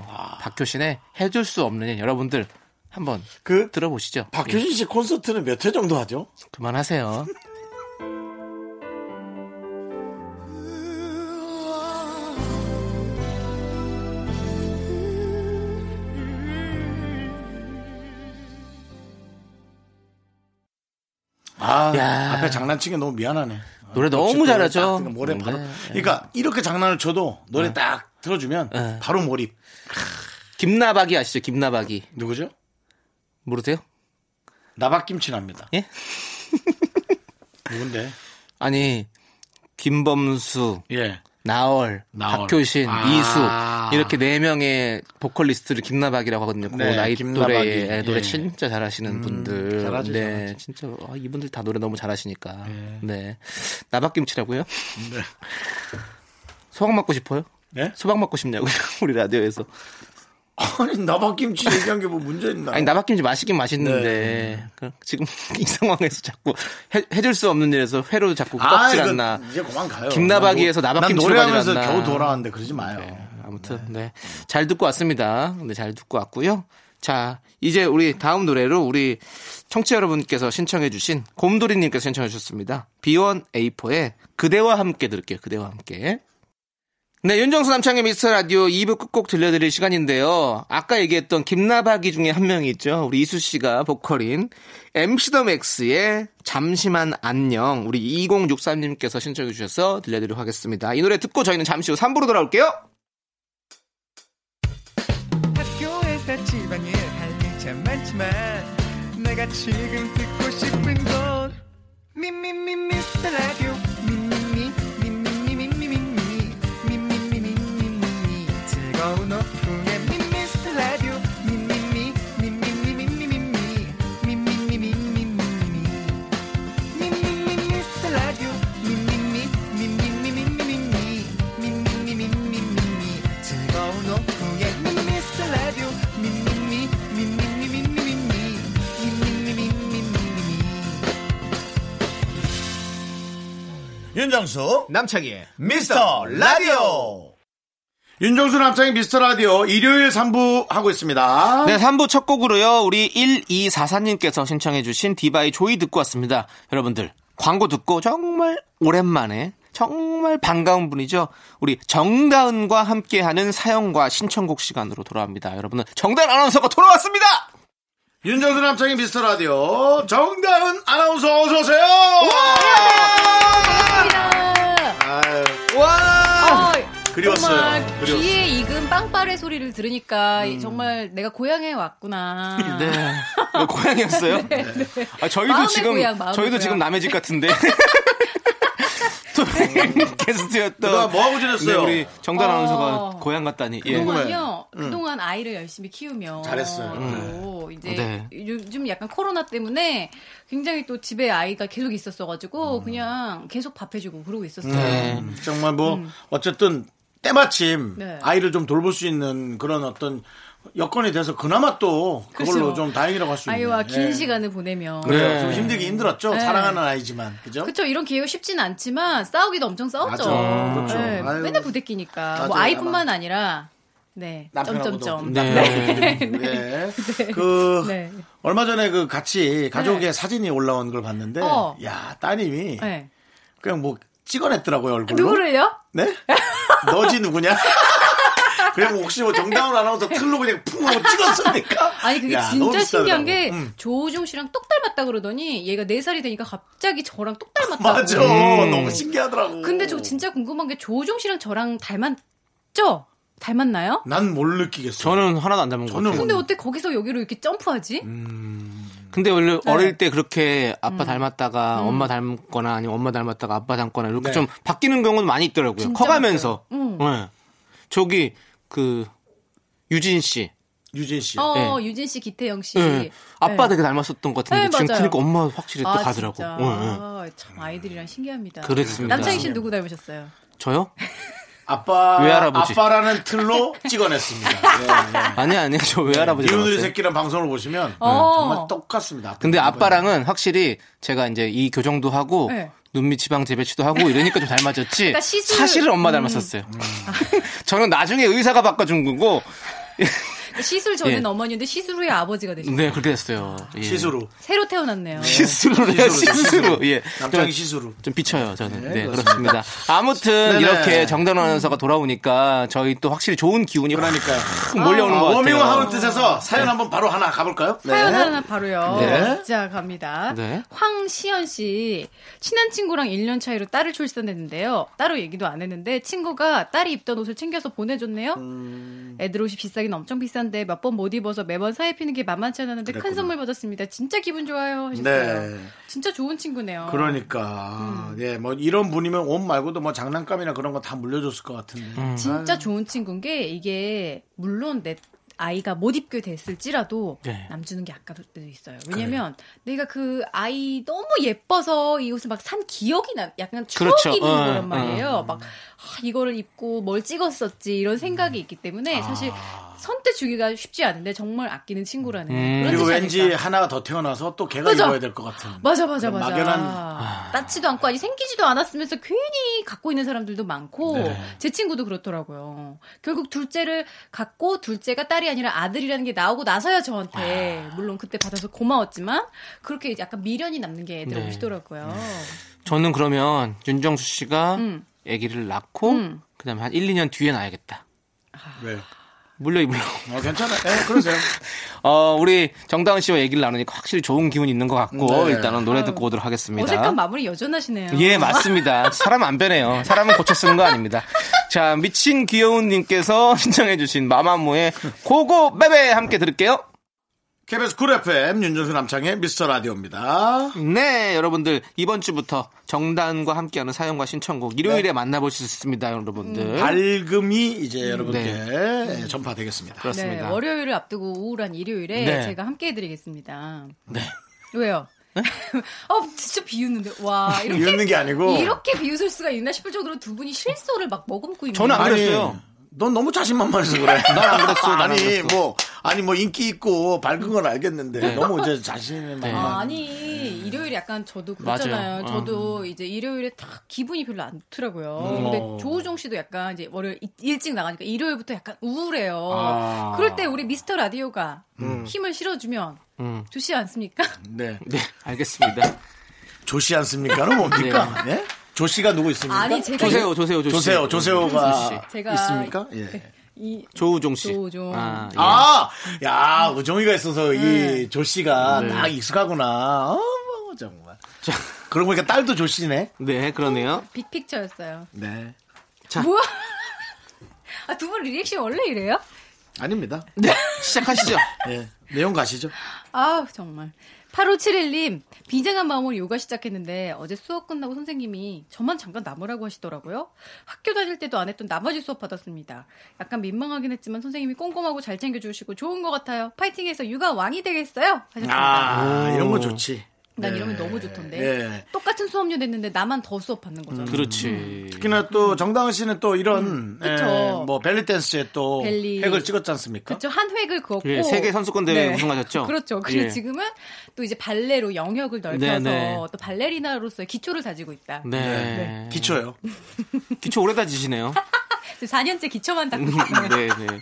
S2: 박효신의 해줄 수 없는 일 여러분들 한번
S1: 그
S2: 들어보시죠. 예.
S1: 박효진 씨 콘서트는 몇 회 정도 하죠?
S2: 그만하세요.
S1: 아,
S2: 야.
S1: 앞에 장난치기 너무 미안하네.
S2: 노래 너무
S1: 역시
S2: 잘하죠.
S1: 노래 아, 딱 듣는 모래 바로.
S2: 네.
S1: 그러니까 이렇게 장난을 쳐도 노래 딱 들어주면
S2: 네.
S1: 바로 몰입.
S2: 김나박이 아시죠? 김나박이
S1: 누구죠?
S2: 모르세요?
S1: 나박김치납니다.
S2: 예?
S1: 누군데?
S2: 아니 김범수,
S1: 예.
S2: 나얼,
S1: 나얼.
S2: 박효신,
S1: 아.
S2: 이수 이렇게 네 명의 보컬리스트를 김나박이라고 하거든요. 그
S1: 네,
S2: 나이
S1: 김나박이.
S2: 또래의 예, 노래
S1: 예.
S2: 진짜 잘하시는 분들.
S1: 잘하죠,
S2: 네,
S1: 잘하죠. 예.
S2: 진짜 아, 이분들 다 노래 너무 잘하시니까. 네, 나박김치라고요?
S1: 네.
S2: 소박 맞고 싶어요?
S1: 네?
S2: 소박 맞고 싶냐고요? 우리 라디오에서.
S1: 아니, 나박김치 얘기한 게 뭐 문제 있나?
S2: 아니 나박김치 맛있긴
S1: 네.
S2: 맛있는데 그- 지금 이 상황에서 자꾸 해, 해줄 수 없는 일에서 회로 자꾸
S1: 아,
S2: 꺾질
S1: 이거
S2: 않나.
S1: 이제 그만 가요.
S2: 김나박이에서
S1: 난
S2: 나박김치로
S1: 노래하면서
S2: 가지 않나.
S1: 겨우 돌아왔는데 그러지 마요.
S2: 아무튼 네. 잘 듣고 왔습니다. 네, 잘 듣고 왔고요. 자, 이제 우리 다음 노래로 우리 청취자 여러분께서 신청해 주신 곰돌이 님께서 신청해 주셨습니다. B1A4의 그대와 함께 들을게요. 그대와 함께. 네, 윤정수 남창의 미스터 라디오 2부 끝곡 들려드릴 시간인데요. 아까 얘기했던 김나박이 중에 한 명이 있죠. 우리 이수 씨가 보컬인 MC 더 맥스의 잠시만 안녕. 우리 2063님께서 신청해 주셔서 들려드리도록 하겠습니다. 이 노래 듣고 저희는 잠시 후 3부로 돌아올게요.
S7: 학교에서 집안일 할 일 참 많지만 내가 지금 듣고 싶은 건 미미미 미스터 라디오 미미미 미미미 미미미 미미미 미미미 즐거운 오후에 미스터 라디오 미미미 미미미 미미미 미미미 미미미
S6: 윤정수 남창희의 미스터 라디오
S1: 윤정수 남창의 미스터 라디오 일요일 3부 하고 있습니다.
S2: 네, 3부 첫 곡으로요. 우리 1244님께서 신청해주신 디바이 조이 듣고 왔습니다. 여러분들, 광고 듣고 정말 오랜만에 정말 반가운 분이죠. 우리 정다은과 함께하는 사연과 신청곡 시간으로 돌아옵니다. 여러분은 정다은 아나운서가 돌아왔습니다.
S1: 윤정수 남창의 미스터 라디오 정다은 아나운서 어서 오세요. 아유,
S8: 와!
S1: 그리웠어요. 음.
S8: 정말
S1: 그리웠어요.
S8: 귀에 익은 빵빠레 소리를 들으니까 정말 내가 고향에 왔구나.
S2: 네. 고향이었어요? 아, 저희도
S8: 네. 마음의
S2: 지금,
S8: 고향, 마음의
S2: 저희도
S8: 고향.
S2: 지금 남의 집 같은데. 또
S1: 그동안
S2: 게스트였던.
S1: 뭐하고
S2: 네,
S1: 지냈어요?
S2: 우리 정단 아나운서가
S8: 어.
S2: 고향 같다니. 예.
S8: 그동안요. 그동안 아이를 열심히 키우며
S1: 음. 잘했어요. 음.
S8: 또 이제
S2: 네.
S8: 요즘 약간 코로나 때문에 굉장히 또 집에 아이가 계속 있었어가지고 그냥 계속 밥해주고 그러고 있었어요.
S2: 네.
S1: 음, 정말 뭐 어쨌든 때마침
S8: 네.
S1: 아이를 좀 돌볼 수 있는 그런 어떤 여건이 돼서 그나마 또 그걸로
S8: 글쎄요.
S1: 좀 다행이라고 할 수 있는.
S8: 그렇죠. 아이와 긴
S1: 예.
S8: 시간을 보내며
S1: 그래요.
S2: 네.
S1: 좀 힘들긴 힘들었죠.
S8: 네.
S1: 사랑하는 아이지만 그죠?
S8: 그쵸 이런 기회가 쉽진 않지만 싸우기도 엄청 싸웠죠.
S1: 맞아. 그렇죠.
S8: 네,
S1: 아유.
S8: 맨날 부대끼니까 뭐
S1: 맞아요.
S8: 아이뿐만 아니라 네
S1: 남편하고도.
S8: 점점점
S2: 네.
S1: 네. 그
S8: 네.
S1: 얼마 전에 그 같이 가족의
S8: 네.
S1: 사진이 올라온 걸 봤는데
S8: 어.
S1: 야 따님이
S8: 네.
S1: 그냥 뭐 찍어냈더라고요 얼굴로.
S8: 누구를요?
S1: 네? 너지 누구냐? 그냥 혹시 뭐 정다운 아나운서 틀로 그냥 풍 하고 찍었습니까?
S8: 아니 그게
S1: 야, 너무
S8: 진짜
S1: 비싸더라고.
S8: 신기한 게
S1: 음.
S8: 조우종 씨랑 똑 닮았다 그러더니 얘가 4살이 되니까 갑자기 저랑 똑 닮았다고.
S1: 맞아.
S2: 음.
S1: 너무 신기하더라고.
S8: 근데 저 진짜 궁금한 게 조우종 씨랑 저랑 닮았죠? 닮았나요?
S1: 난 뭘 느끼겠어.
S2: 저는 하나도 안 닮은 것
S1: 저는 뭐-
S2: 같아요.
S8: 근데 어때 거기서 여기로 이렇게 점프하지?
S1: 음.
S2: 근데 원래
S8: 네.
S2: 어릴 때 그렇게
S8: 음.
S2: 아빠 닮았다가 엄마 닮거나 아니면 엄마 닮았다가 아빠 닮거나 이렇게
S1: 네.
S2: 좀 바뀌는 경우는 많이 있더라고요.
S8: 진짜
S2: 커가면서.
S8: 맞아요. 음.
S2: 네. 저기 그 유진 씨.
S1: 유진 씨.
S8: 어
S2: 네.
S8: 유진 씨, 기태영 씨.
S2: 네. 아빠
S8: 네.
S2: 되게 닮았었던 것 같은데
S8: 네,
S2: 지금
S8: 맞아요.
S2: 크니까 엄마 확실히 또
S8: 아,
S2: 가더라고.
S8: 진짜.
S2: 네, 네.
S8: 아, 참 아이들이랑 신기합니다.
S2: 그렇습니다.
S8: 남창희 씨는 누구 닮으셨어요?
S2: 저요?
S1: 아빠
S2: 외할아버지.
S1: 아빠라는 틀로 찍어냈습니다. 네.
S2: 아니 아니 저 외할아버지.
S1: 이웃의
S2: 닮았어요.
S1: 새끼랑 방송을 보시면
S8: 어.
S1: 정말 똑같습니다.
S2: 근데 아빠랑은 확실히 제가 이제 이 교정도 하고
S8: 네.
S2: 눈밑 지방 재배치도 하고 이러니까 좀 닮아졌지.
S8: 그러니까 시술- 아.
S2: 사실은 엄마 닮았었어요. 저는 나중에 의사가 바꿔준 거고.
S8: 그러니까 시술 저는
S2: 예.
S8: 어머니인데 시술 후에 아버지가 되셨어요.
S2: 네 그렇게 됐어요. 예.
S1: 시수로
S8: 새로 태어났네요.
S2: 시스루래요,
S1: 시스루,
S2: 시스루. 예.
S1: 남창이
S2: 좀,
S1: 시수로.
S2: 좀 비쳐요, 저는. 네,
S1: 그렇습니다.
S2: 그렇습니다. 아무튼
S1: 네네.
S2: 이렇게 정단 아나운서가 돌아오니까 저희 또 확실히 좋은 기운이
S1: 그러니까요.
S2: 확 몰려오는 것 같아요.
S1: 워밍업 하는 뜻에서 사연 한번 바로 하나 가볼까요? 네.
S8: 사연 하나 바로요.
S1: 네.
S8: 자, 갑니다.
S2: 네.
S8: 황시연 씨. 친한 친구랑 1년 차이로 딸을 출산했는데요. 따로 얘기도 안 했는데 친구가 딸이 입던 옷을 챙겨서 보내줬네요.
S1: 음.
S8: 애들 옷이 비싸긴 엄청 비싼데 몇 번 못 입어서 매번 사회 피는 게 만만치 않았는데 큰 선물 받았습니다. 진짜 기분 좋아요. 하셨어요.
S1: 네.
S8: 진짜 좋은 친구네요. 음.
S1: 그러니까 예, 뭐 이런 분이면 옷 말고도 뭐 장난감이나 그런 거 다 물려줬을 것 같은데. 아.
S8: 진짜 좋은 친구인 게 이게 물론 내 아이가 못 입게 됐을지라도
S2: 네.
S8: 남주는 게 아까울 때도 있어요. 왜냐면 내가 그 아이 너무 예뻐서 이 옷을 막 산 기억이 나, 약간 추억이
S2: 그렇죠.
S8: 있는
S2: 어,
S8: 거란 말이에요. 막 아, 이거를 입고 뭘 찍었었지 이런 생각이 있기 때문에 사실 선택 주기가 쉽지 않은데 정말 아끼는 친구라는 그런
S1: 그리고
S8: 뜻이
S1: 왠지
S8: 아닐까.
S1: 하나가 더 태어나서 또 걔가
S8: 그죠? 뭐.
S1: 입어야 될 것 같은.
S8: 맞아 맞아
S1: 그런
S8: 맞아.
S1: 막연한-
S8: 따지도 않고 아니 생기지도 않았으면서 괜히 갖고 있는 사람들도 많고 제 친구도 그렇더라고요. 결국 둘째를 갖고 둘째가 딸이 아니라 아들이라는 게 나오고 나서야 저한테 물론 그때 받아서 고마웠지만 그렇게 이제 약간 미련이 남는 게 애들
S2: 네. 음.
S8: 오시더라고요.
S2: 저는 그러면 윤정수 씨가
S8: 음.
S2: 아기를 낳고
S8: 음.
S2: 그다음에 한 1, 2년 뒤에 낳아야겠다.
S1: 왜?
S2: 물려 입으려.
S1: 네. 어, 괜찮아. 예, 그러세요.
S2: 어, 우리 정다은 씨와 얘기를 나누니까 확실히 좋은 기운이 있는 것 같고
S1: 네.
S2: 일단은 노래 듣고 오도록 하겠습니다.
S8: 어색한 마무리 여전하시네요.
S2: 예, 맞습니다. 사람 안 변해요. 사람은 고쳐 쓰는 거 아닙니다. 자, 미친 귀여운님께서 신청해주신 마마무의 고고 베베 함께 들을게요.
S1: KBS 쿨 FM 윤정수 남창의 미스터 라디오입니다.
S2: 네, 여러분들 이번 주부터 정단과 함께하는 사연과 신청곡 일요일에 만나보실 수 있습니다,
S8: 음.
S2: 여러분들.
S1: 밝음이 이제 여러분께 예, 전파되겠습니다.
S8: 네,
S2: 그렇습니다.
S8: 월요일을 앞두고 우울한 일요일에
S2: 네.
S8: 제가 함께 해드리겠습니다. 네. 왜요? 어, 진짜 비웃는데. 와, 이렇게
S1: 이웃는 게 아니고.
S8: 이렇게 비웃을 수가 있나 싶을 정도로 두 분이 실소를 막 머금고 있는
S2: 저는 안
S1: 아니,
S2: 그랬어요.
S1: 넌 너무 자신만만해서 그래. 난 안
S2: 그랬어, 난안
S1: 아니
S2: 그랬어. 네.
S1: 뭐 아니 뭐 인기 있고 밝은 건 알겠는데 너무 이제 자신의 만
S8: 아, 아니 일요일에 약간 저도 그렇잖아요.
S2: 맞아요.
S8: 저도 이제 일요일에 딱 기분이 별로 안 좋더라고요. 근데 조우종 씨도 약간 이제 월요일 이- 일찍 나가니까 일요일부터 약간 우울해요. 그럴 때 우리 미스터
S1: 음.
S8: 라디오가 힘을 실어주면 좋지 않습니까?
S1: 네.
S2: 네, 알겠습니다.
S1: 조씨 않습니까는 뭡니까? 예? 조씨가 누구 있습니까?
S8: 아니, 제가
S2: 조세호, 조세호, 네. 조세호.
S1: 조세요,
S2: 씨.
S1: 조세호가
S8: 제가 네.
S1: 있습니까? 예.
S8: 이
S2: 조우종 씨.
S8: 조우종.
S2: 아, 예. 네.
S1: 아, 야, 우정이가 있어서
S8: 네.
S1: 이 조씨가 딱 익숙하구나. 어머, 정말. 그러고 보니까 딸도 조씨네.
S2: 네, 그러네요.
S8: 빅픽처였어요.
S1: 네.
S8: 뭐야? 아, 두 분 리액션 원래 이래요?
S1: 아닙니다.
S2: 네.
S8: 네.
S2: 시작하시죠.
S1: 예. 내용 가시죠.
S8: 아 정말 8571님 비장한 마음으로 요가 시작했는데 어제 수업 끝나고 선생님이 저만 잠깐 남으라고 하시더라고요 학교 다닐 때도 안 했던 나머지 수업 받았습니다 약간 민망하긴 했지만 선생님이 꼼꼼하고 잘 챙겨주시고 좋은 것 같아요 파이팅해서 육아 왕이 되겠어요
S2: 네.
S8: 하셨습니다
S1: 아, 이런 거 좋지.
S8: 난 이러면 너무 좋던데
S2: 네.
S1: 예.
S8: 똑같은 수업료 냈는데 나만 더 수업 받는
S2: 음.
S8: 거잖아
S2: 그렇지.
S1: 특히나 또 정다은 씨는 또 이런
S8: 예. 음. 그쵸.
S1: 예, 뭐 벨리 댄스에 또
S8: 벨리.
S1: 획을 찍었지 않습니까?
S8: 그렇죠 한 획을 그었고
S2: 예, 세계 선수권 대회 우승하셨죠?
S8: 그렇죠. 그리고
S2: 예.
S8: 지금은 또 이제 발레로 영역을 넓혀서
S2: 네, 네.
S8: 또 발레리나로서의 기초를 다지고 있다.
S2: 네.
S1: 기초요.
S2: 기초 오래 다지시네요.
S8: 4년째 기초만 닦고 있어요.
S2: 네, 네.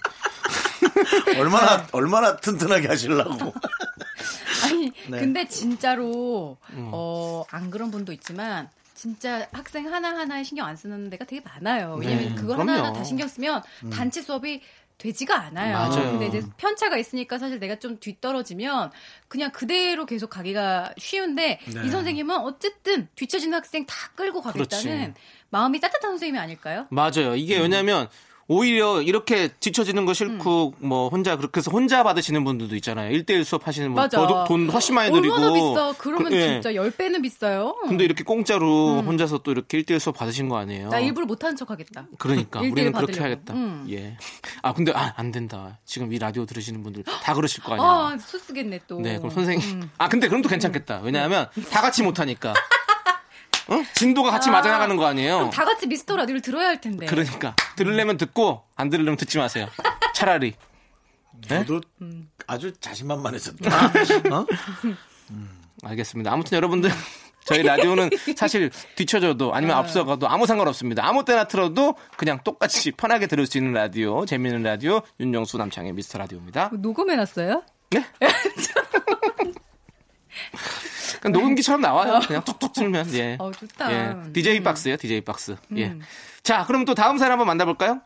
S1: 얼마나 얼마나 튼튼하게 하시려고.
S8: 아니
S2: 네.
S8: 근데 진짜로
S2: 음.
S8: 어, 안 그런 분도 있지만 진짜 학생 하나하나에 신경 안 쓰는 데가 되게 많아요. 왜냐면
S2: 네,
S8: 그걸
S2: 그럼요. 음.
S8: 하나하나 다 신경 쓰면 단체 수업이 되지가 않아요.
S2: 맞아요.
S8: 근데 이제 편차가 있으니까 사실 내가 좀 뒤떨어지면 그냥 그대로 계속 가기가 쉬운데
S2: 네.
S8: 이 선생님은 어쨌든 뒤처진 학생 다 끌고 가겠다는
S2: 그렇지.
S8: 마음이 따뜻한 선생님이 아닐까요?
S2: 맞아요.
S8: 음.
S2: 이게 왜냐면 오히려 이렇게 지쳐지는 거 싫고 뭐 혼자 그렇게 해서 혼자 받으시는 분들도 있잖아요. 일대일 수업 하시는 분
S8: 맞아.
S2: 도둑 뭐 돈 훨씬 많이 들이고
S8: 얼마나 비싸. 그러면
S2: 그- 예.
S8: 진짜 10배는 비싸요.
S2: 근데 이렇게 공짜로 혼자서 또 이렇게 일대일 수업 받으신 거 아니에요?
S8: 나 일부러 못하는 척 하겠다.
S2: 어. 그러니까
S8: 일대일
S2: 우리는 그렇게
S8: 받으려고.
S2: 하겠다.
S8: 음.
S2: 예. 아 근데 아, 안 된다. 지금 이 라디오 들으시는 분들 다 그러실 거 아니야.
S8: 아, 음. 수쓰겠네 또.
S2: 네, 그럼 선생님. 아, 근데 그럼 또 괜찮겠다. 왜냐하면
S8: 음.
S2: 다 같이 못하니까. 응? 진도가 같이 맞아 나가는 거 아니에요?
S8: 그럼 다 같이 미스터 라디오를 들어야 할 텐데.
S2: 그러니까 들으려면 듣고 안 들으려면 듣지 마세요. 차라리.
S1: 저도 네?
S8: 음.
S1: 아주
S8: 아,
S1: 자신만만해졌다. 어?
S2: 알겠습니다. 아무튼 여러분들 저희 라디오는 사실 뒤쳐져도
S8: 어.
S2: 아니면 앞서가도 아무 상관없습니다. 아무 때나 틀어도 그냥 똑같이 편하게 들을 수 있는 라디오, 재미있는 라디오 윤정수 남창의 미스터 라디오입니다.
S8: 녹음해놨어요?
S2: 네? 그냥 그러니까 녹음기처럼 나와요. 그냥 툭툭 틀면. 예.
S8: 네. 어, 좋다. 음.
S2: 예. DJ 박스예요, DJ 박스. 예. 자, 그럼 또 다음 사람 한번 만나볼까요?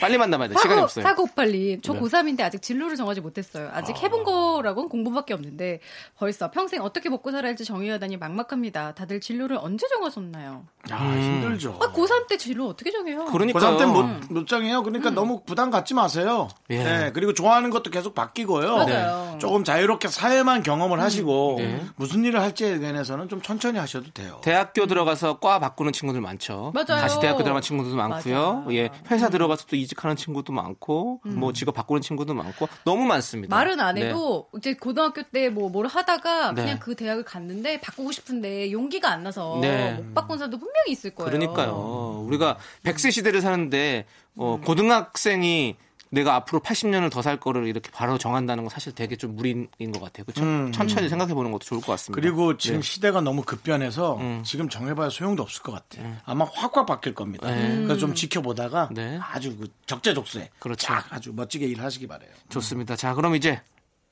S2: 빨리 만나봐야 돼. 네, 시간이
S8: 사고,
S2: 없어요. 네.
S8: 사고 빨리. 저 고3인데 아직 진로를 정하지 못했어요. 아직 해본 거라고는 공부밖에 없는데 벌써 평생 어떻게 먹고 살아야 할지 정해야 하다니 막막합니다. 다들 진로를 언제 정하셨나요?
S1: 야, 힘들죠.
S8: 아, 고3 때 진로 어떻게 정해요?
S2: 어. 그러니까.
S1: 고3 때는
S8: 음.
S1: 못, 못 정해요. 그러니까 너무 부담 갖지 마세요.
S2: 예.
S1: 네, 그리고 좋아하는 것도 계속 바뀌고요.
S8: 맞아요. 음. 네.
S1: 조금 자유롭게 사회만 경험을 하시고
S2: 네.
S1: 무슨 일을 할지에 대해서는 좀 천천히 하셔도 돼요.
S2: 대학교 들어가서 과 바꾸는 친구들 많죠.
S8: 맞아요.
S2: 다시 대학교 들어간 친구들도 많고요.
S8: 맞아요. 음.
S2: 예, 회사 들어가서 또 이직하는 친구도 많고, 뭐 직업 바꾸는 친구도 많고, 너무 많습니다.
S8: 말은 안
S2: 네.
S8: 해도 이제 고등학교 때 뭐 뭘 하다가
S2: 네.
S8: 그냥 그 대학을 갔는데 바꾸고 싶은데 용기가 안 나서
S2: 네.
S8: 못 바꾼 사람도 분명히 있을 거예요. 음.
S2: 그러니까요. 우리가 100세 시대를 사는데 어, 고등학생이 내가 앞으로 80년을 더 살 거를 이렇게 바로 정한다는 건 사실 되게 좀 무리인 것 같아요. 그쵸? 천천히 생각해 보는 것도 좋을 것 같습니다.
S1: 음,
S2: 예. 음.
S1: 그리고 지금 시대가 너무 급변해서 지금 정해봐야 소용도 없을 것 같아. 요 아마 확확 바뀔 겁니다. 그래서 좀 지켜보다가
S2: 네.
S1: 아주 그 적재적소에
S2: 그렇죠.
S1: 쫙 아주 멋지게 일하시기 바래요.
S2: 좋습니다. 자, 그럼 이제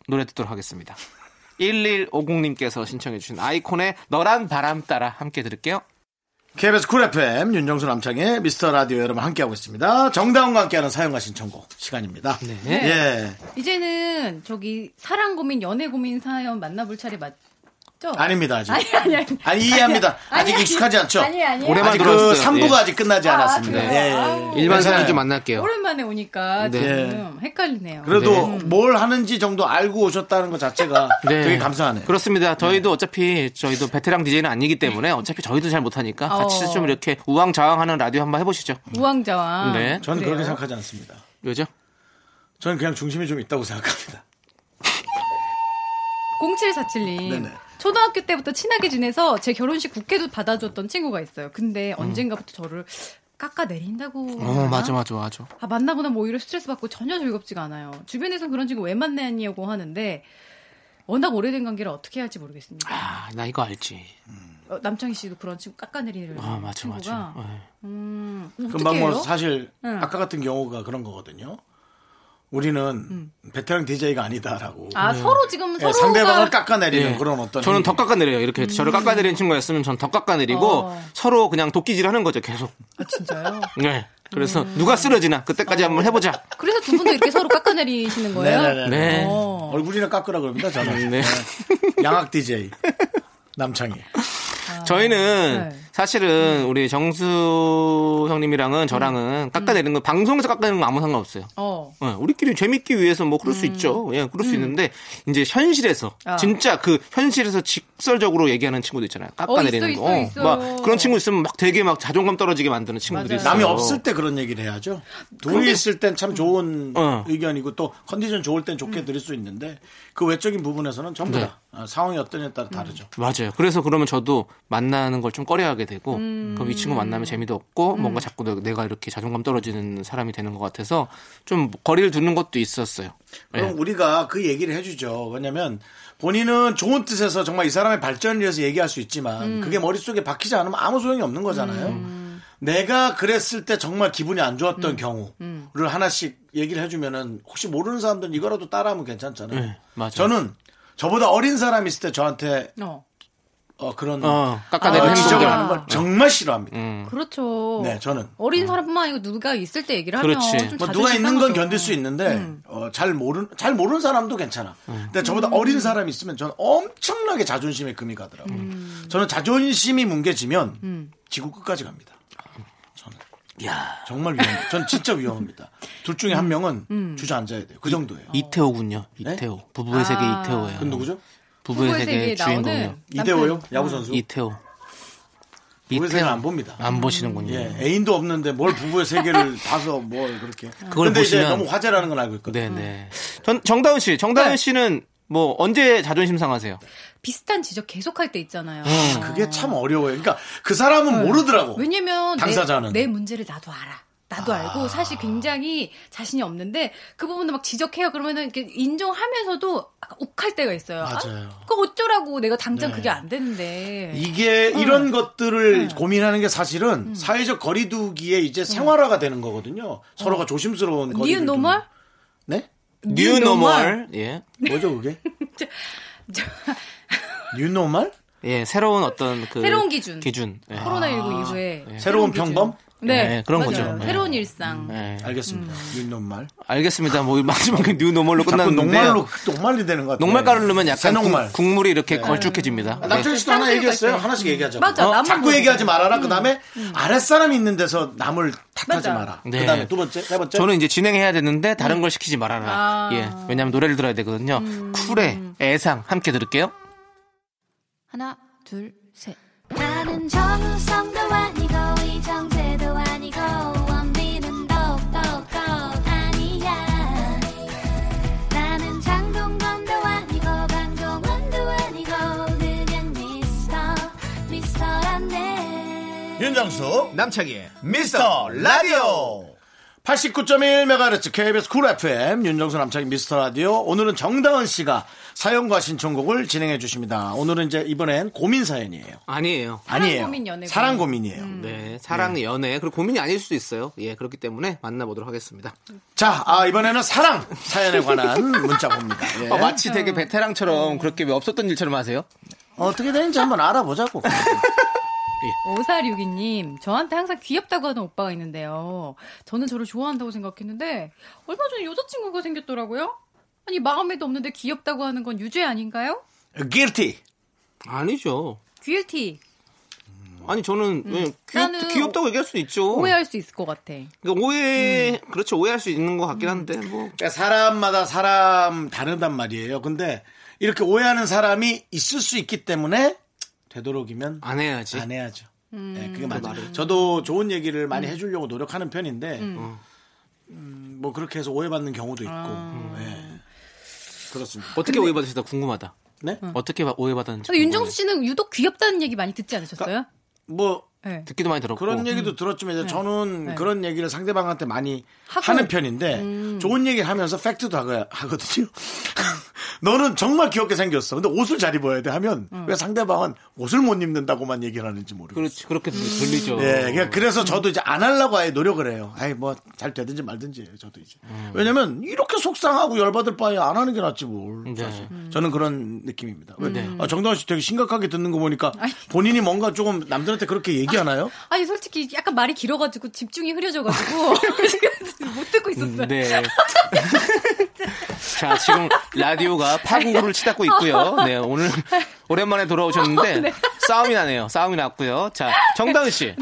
S2: 노래 듣도록 하겠습니다. 1150님께서 신청해 주신 아이콘의 너란 바람 따라 함께 들을게요.
S1: KBS 쿨 FM 윤정수 남창의 미스터 라디오 여러분 함께하고 있습니다. 정다운과 함께하는 사용과 신청곡 시간입니다.
S2: 네.
S1: 예.
S8: 이제는 저기 사랑 고민, 연애 고민 사연 만나볼 차례 맞죠?
S1: 아닙니다 아직.
S8: 아니 아니 아니.
S1: 아니, 이해합니다.
S8: 아니,
S1: 아직
S8: 아니.
S1: 익숙하지 않죠?
S8: 아니 아니.
S2: 오랜만에
S1: 아직 그
S2: 들어왔어요.
S1: 3부가
S2: 예.
S1: 아직 끝나지 않았습니다.
S8: 그래요?
S1: 예, 예, 예.
S8: 아우.
S2: 일반 사연
S1: 괜찮아요.
S2: 좀 만날게요.
S8: 오랜만에 오니까
S2: 네.
S8: 지금 헷갈리네요.
S1: 그래도
S2: 네.
S1: 뭘 하는지 정도 알고 오셨다는 것 자체가
S2: 네.
S1: 되게 감사하네요.
S2: 그렇습니다. 저희도 어차피 저희도 베테랑 DJ는 아니기 때문에 어차피 저희도 잘 못하니까 같이
S8: 어.
S2: 좀 이렇게 우왕좌왕하는 라디오 한번 해보시죠.
S8: 우왕좌왕.
S2: 네.
S1: 저는
S8: 그래요?
S1: 그렇게 생각하지 않습니다.
S2: 왜죠?
S1: 저는 그냥 중심이 좀 있다고 생각합니다.
S8: 0747님.
S1: 네네.
S8: 초등학교 때부터 친하게 지내서 제 결혼식 국회도 받아줬던 친구가 있어요. 근데
S1: 음.
S8: 언젠가부터 저를 깎아내린다고.
S2: 어, 맞아, 맞아, 맞아.
S8: 아, 만나보다 뭐 오히려 스트레스 받고 전혀 즐겁지가 않아요. 주변에선 그런 친구 왜 만나냐고 하는데 워낙 오래된 관계를 어떻게 해야 할지 모르겠습니다.
S2: 아, 나 이거 알지.
S8: 어, 남창희 씨도 그런 친구 깎아내리는
S2: 아, 맞아,
S8: 친구가
S2: 맞아. 예.
S8: 음,
S1: 어. 금방
S8: 어떻게
S1: 뭐
S8: 해요?
S1: 사실
S8: 응.
S1: 아까 같은 경우가 그런 거거든요. 우리는 베테랑 DJ가 아니다라고.
S8: 아 서로 지금
S1: 예,
S8: 서로가
S1: 상대방을 깎아내리는
S2: 예.
S1: 그런 어떤.
S2: 저는
S1: 행위.
S2: 더 깎아내려요. 이렇게 저를 깎아내리는 친구였으면 전 더 깎아내리고
S8: 음. 어.
S2: 서로 그냥 도끼질 하는 거죠, 계속.
S7: 아, 진짜요?
S2: 네. 그래서 누가 쓰러지나 그때까지
S8: 어.
S2: 한번 해보자.
S8: 그래서 두 분도 이렇게 서로 깎아내리시는 거예요?
S1: 네네네.
S2: 네.
S8: 어.
S1: 얼굴이나 깎으라 그럽니다, 저는. 네.
S2: 네.
S1: 양악 DJ. 남창희.
S2: 저희는
S8: 아, 네.
S2: 사실은 우리 정수 형님이랑은
S8: 음.
S2: 저랑은 깎아내리는 거 방송에서 깎아내리는 건 아무 상관없어요.
S8: 어.
S2: 예, 우리끼리 재밌기 위해서 뭐 그럴 수 있죠. 예, 그럴 수 있는데 이제 현실에서
S8: 음. 아.
S2: 진짜 그 현실에서 직설적으로 얘기하는 친구도 있잖아요. 깎아내리는
S8: 어, 있어,
S2: 거.
S8: 있어, 있어요.
S2: 막 그런 친구 있으면 막 되게 막 자존감 떨어지게 만드는 친구들이
S8: 맞아요.
S2: 있어요.
S1: 남이 없을 때 그런 얘기를 해야죠. 둘이 있을 땐 참 좋은
S2: 어.
S1: 의견이고 또 컨디션 좋을 땐 좋게
S8: 음.
S1: 드릴 수 있는데 그 외적인 부분에서는 전부
S2: 네.
S1: 다 어, 상황이 어떠냐에
S8: 음.
S1: 따라 다르죠.
S2: 맞아요. 그래서 그러면 저도 만나는 걸 좀 꺼려하게 되고,
S8: 음.
S2: 그럼 이 친구 만나면 재미도 없고, 뭔가 자꾸 내- 내가 이렇게 자존감 떨어지는 사람이 되는 것 같아서 좀 거리를 두는 것도 있었어요. 예.
S1: 그럼 우리가 그 얘기를 해주죠. 왜냐면 본인은 좋은 뜻에서 정말 이 사람의 발전을 위해서 얘기할 수
S2: 음.
S1: 있지만 그게 머릿속에 박히지 않으면 아무 소용이 없는 거잖아요. 내가 그랬을 때 정말 기분이 안 좋았던
S2: 음.
S1: 경우를 하나씩 얘기를 해주면은 혹시 모르는 사람들은 이거라도 따라하면 괜찮잖아요.
S2: 네, 맞아요.
S1: 저는 저보다 어린 사람이 있을 때 저한테
S8: 어.
S1: 어, 그런
S2: 어, 깎아내리는 네. 음.
S1: 어, 지적을
S8: 아.
S1: 하는
S2: 행동들.
S1: 걸 정말 싫어합니다.
S8: 그렇죠.
S1: 네, 저는.
S8: 어린 사람뿐만 아니고 누가 있을 때 얘기를 하면
S2: 그렇지.
S8: 좀
S1: 뭐
S8: 자존심
S1: 누가 있는 건
S8: 상하죠. 음.
S1: 견딜 수 있는데 어, 잘 모르는 잘 모르는 사람도 괜찮아.
S2: 음.
S1: 근데 저보다 어린 사람이 있으면 저는 엄청나게 자존심에 금이 가더라고요.
S8: 음.
S1: 저는 자존심이 뭉개지면 지구 끝까지 갑니다. 저는
S2: 야
S1: 정말 위험. 전 진짜 위험합니다. 둘 중에 한
S8: 음.
S1: 명은 주저앉아야 돼요. 그 정도예요.
S2: 이태호군요. 이태호. 부부의 세계 이태호예요.
S1: 네? 그 누구죠?
S2: 부부의,
S8: 부부의
S2: 세계
S8: 세계에
S2: 주인공이요.
S8: 나오는
S1: 이대호요?
S8: 남편.
S1: 야구 선수.
S2: 이태호. 아.
S1: 부부의 세계는 안 봅니다.
S2: 안 보시는군요.
S1: 예, 애인도 없는데 뭘 부부의 세계를 봐서 뭘 그렇게.
S2: 그걸
S1: 근데 이제
S2: 보시면-
S1: 너무 화제라는 걸 알고 있거든요.
S2: 네네.
S1: 음.
S2: 전 정다은 씨, 정다은
S8: 네.
S2: 씨는 뭐 언제 자존심 상하세요?
S8: 음. 비슷한 지적 계속할 때 있잖아요.
S2: 네.
S1: 음, 그게 참 어려워요. 그러니까 그 사람은 모르더라고.
S8: 네. 음. 왜냐면
S1: 당사자는.
S8: 내, 내 문제를 나도 알아. 나도 알고 사실 굉장히 자신이 없는데 그 부분도 막 지적해요. 그러면은 이렇게 인정하면서도 약간 욱할 때가 있어요.
S1: 맞아요.
S8: 아, 그거 어쩌라고 내가 당장
S1: 네.
S8: 그게 안 되는데.
S1: 이게
S8: 음.
S1: 이런 것들을 고민하는 게 사실은 사회적 거리두기에 이제
S8: 음.
S1: 생활화가 되는 거거든요. 서로가
S8: 어.
S1: 조심스러운 거리.
S8: 니은 노멀?
S1: 네?
S2: 뉴 노멀. 예.
S1: 뭐죠 그게? 뉴노멀?
S2: 예, 새로운 어떤 그
S8: 새로운 기준.
S2: 기준. 예.
S8: 코로나19 이후에.
S1: 새로운
S8: 기준.
S1: 평범?
S8: 네.
S2: 네, 그런
S8: 맞아요.
S2: 거죠. 네.
S8: 새로운 일상.
S2: 예.
S1: 알겠습니다. 뉴노멀.
S2: 알겠습니다. 뭐 마지막에 뉴 노멀로
S1: 자꾸
S2: 끝났는데
S1: 녹말로 녹말이 되는 것 같아요.
S2: 녹말 가루를 넣으면 약간
S1: 새녹말. 네.
S2: 국- 국물이 이렇게 걸쭉해집니다.
S1: 아, 남철 씨도 하나
S8: 쌍수육
S1: 얘기했어요.
S8: 같아.
S1: 하나씩 얘기하자.
S8: 맞아, 남은
S1: 자꾸
S8: 거지.
S1: 얘기하지 말아라. 그 다음에 아랫사람이 있는 데서 남을 탓하지
S8: 맞아.
S1: 마라.
S2: 네.
S1: 그 다음에 두 번째, 세 번째.
S2: 저는 이제 진행해야 되는데 다른 걸 시키지 말아라.
S8: 네. 아. 음.
S2: 예. 왜냐하면 노래를 들어야 되거든요. 쿨의 애상 함께 들을게요.
S8: 하나, 둘, 셋.
S3: 나는 정우성도 아니고 이정재도 아니고 원빈은 더욱더 아니야 나는 장동건도 아니고 강동원도 아니고 그냥 미스터 미스터란데
S1: 예.
S6: 윤정수 남창희의 미스터 라디오
S1: 89.1MHz KBS 쿨 FM 윤정수 남창희 미스터 라디오 오늘은 정다은 씨가 사연과 신청곡을 진행해 주십니다. 오늘은 이제 이번엔 고민 사연이에요.
S2: 아니에요.
S8: 사랑
S1: 아니에요.
S8: 고민, 음. 연애 고민.
S1: 사랑 고민이에요.
S2: 네. 사랑, 연애. 그리고 고민이 아닐 수도 있어요. 예. 그렇기 때문에 만나보도록 하겠습니다.
S1: 자, 아, 이번에는 사랑 사연에 관한 문자 봅니다. 예.
S8: 네.
S2: 어, 마치 되게 베테랑처럼 그렇게 왜 없었던 일처럼 하세요?
S1: 어떻게 되는지 한번 알아보자고.
S8: 5462님, 저한테 항상 귀엽다고 하는 오빠가 있는데요. 저는 저를 좋아한다고 생각했는데, 얼마 전에 여자친구가 생겼더라고요? 아니, 마음에도 없는데 귀엽다고 하는 건 유죄 아닌가요?
S1: guilty.
S2: 아니죠.
S8: 귀일티.
S2: 아니 저는 예,
S8: 음. 나는
S2: 귀엽, 귀엽다고 얘기할 수 있죠.
S8: 오해할 음. 수 있을 것 같아.
S2: 그러니까 오해 그렇죠 오해할 수 있는 것 같긴 한데 뭐
S1: 그러니까 사람마다 사람 다르단 말이에요. 근데 이렇게 오해하는 사람이 있을 수 있기 때문에 되도록이면
S2: 안 해야지.
S1: 안 해야죠. 네, 그게 맞아요. 저도 좋은 얘기를 많이 해주려고 노력하는 편인데, 음, 뭐 그렇게 해서 오해받는 경우도 있고, 네. 그렇습니다.
S2: 어떻게 오해받으시다 궁금하다.
S1: 네?
S2: 어떻게 바- 오해받았는지.
S8: 근데 윤정수
S2: 궁금해요.
S8: 씨는 유독 귀엽다는 얘기 많이 듣지 않으셨어요?
S1: 뭐
S8: 네.
S2: 듣기도 많이 들었고.
S1: 그런 얘기도 들었지만 이제 저는 그런 얘기를 상대방한테 많이
S8: 하고.
S1: 하는 편인데 좋은 얘기를 하면서 팩트도 하거, 하거든요. 너는 정말 귀엽게 생겼어. 근데 옷을 잘 입어야 돼 하면 왜 상대방은 옷을 못 입는다고만 얘기를 하는지 모르겠어요.
S2: 그렇지 그렇게
S8: 음.
S2: 들리죠.
S1: 예, 그러니까 그래서 저도 이제 안 하려고 아예 노력을 해요. 아이, 뭐, 잘 되든지 말든지, 저도 이제.
S2: 음.
S1: 왜냐면, 이렇게 속상하고 열받을 바에 안 하는 게 낫지 뭘.
S2: 네.
S1: 사실. 저는 그런 느낌입니다. 왜? 아, 정다은 씨 되게 심각하게 듣는 거 보니까 본인이 뭔가 조금 남들한테 그렇게 얘기하나요?
S8: 아니 솔직히 약간 말이 길어가지고 집중이 흐려져가지고 지금 못 듣고 있었어요.
S2: 네. 자, 지금 라디오가 파국을 치닫고 있고요. 네, 오늘 오랜만에 돌아오셨는데 싸움이 나네요. 싸움이 났고요. 자, 정다은 씨.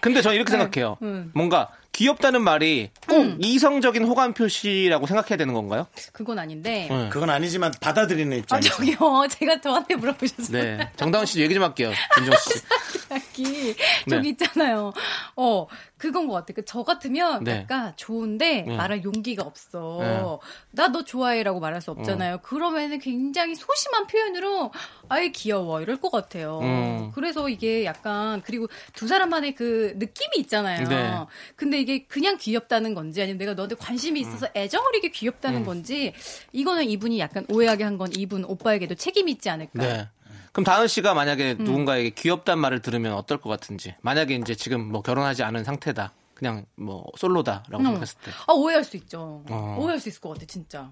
S2: 근데 저는 이렇게 생각해요. 뭔가 귀엽다는 말이 꼭 이성적인 호감 표시라고 생각해야 되는 건가요?
S8: 그건 아닌데.
S2: 네.
S1: 그건 아니지만 받아들이는
S8: 아
S1: 입장에서.
S8: 저기요, 제가 저한테 물어보셨어요.
S2: 네. 정다은 씨 얘기 좀 할게요. 김정 씨. 네.
S8: 딱히 저기 있잖아요. 어 그건 것 같아. 그 저 같으면
S2: 네.
S8: 약간 좋은데
S2: 네.
S8: 말할 용기가 없어. 나 너 좋아해라고 말할
S2: 어.
S8: 수 없잖아요. 그러면은 굉장히 소심한 표현으로 아이 귀여워 이럴 것 같아요.
S2: 음.
S8: 그래서 이게 약간 그리고 두 사람만의 그 느낌이 있잖아요.
S2: 네.
S8: 근데 이게 그냥 귀엽다는 건지 아니면 내가 너한테
S2: 음.
S8: 관심이 있어서 애정어리게 귀엽다는 건지 이거는 이분이 약간 오해하게 한 건 이분 오빠에게도 책임이 있지 않을까.
S2: 네. 음. 그럼 다은 씨가 만약에 누군가에게 귀엽단 말을 들으면 어떨 것 같은지. 만약에 이제 지금 뭐 결혼하지 않은 상태다. 그냥 뭐 솔로다라고 생각했을 때.
S8: 아 오해할 수 있죠.
S2: 어.
S8: 오해할 수 있을 것 같아 진짜.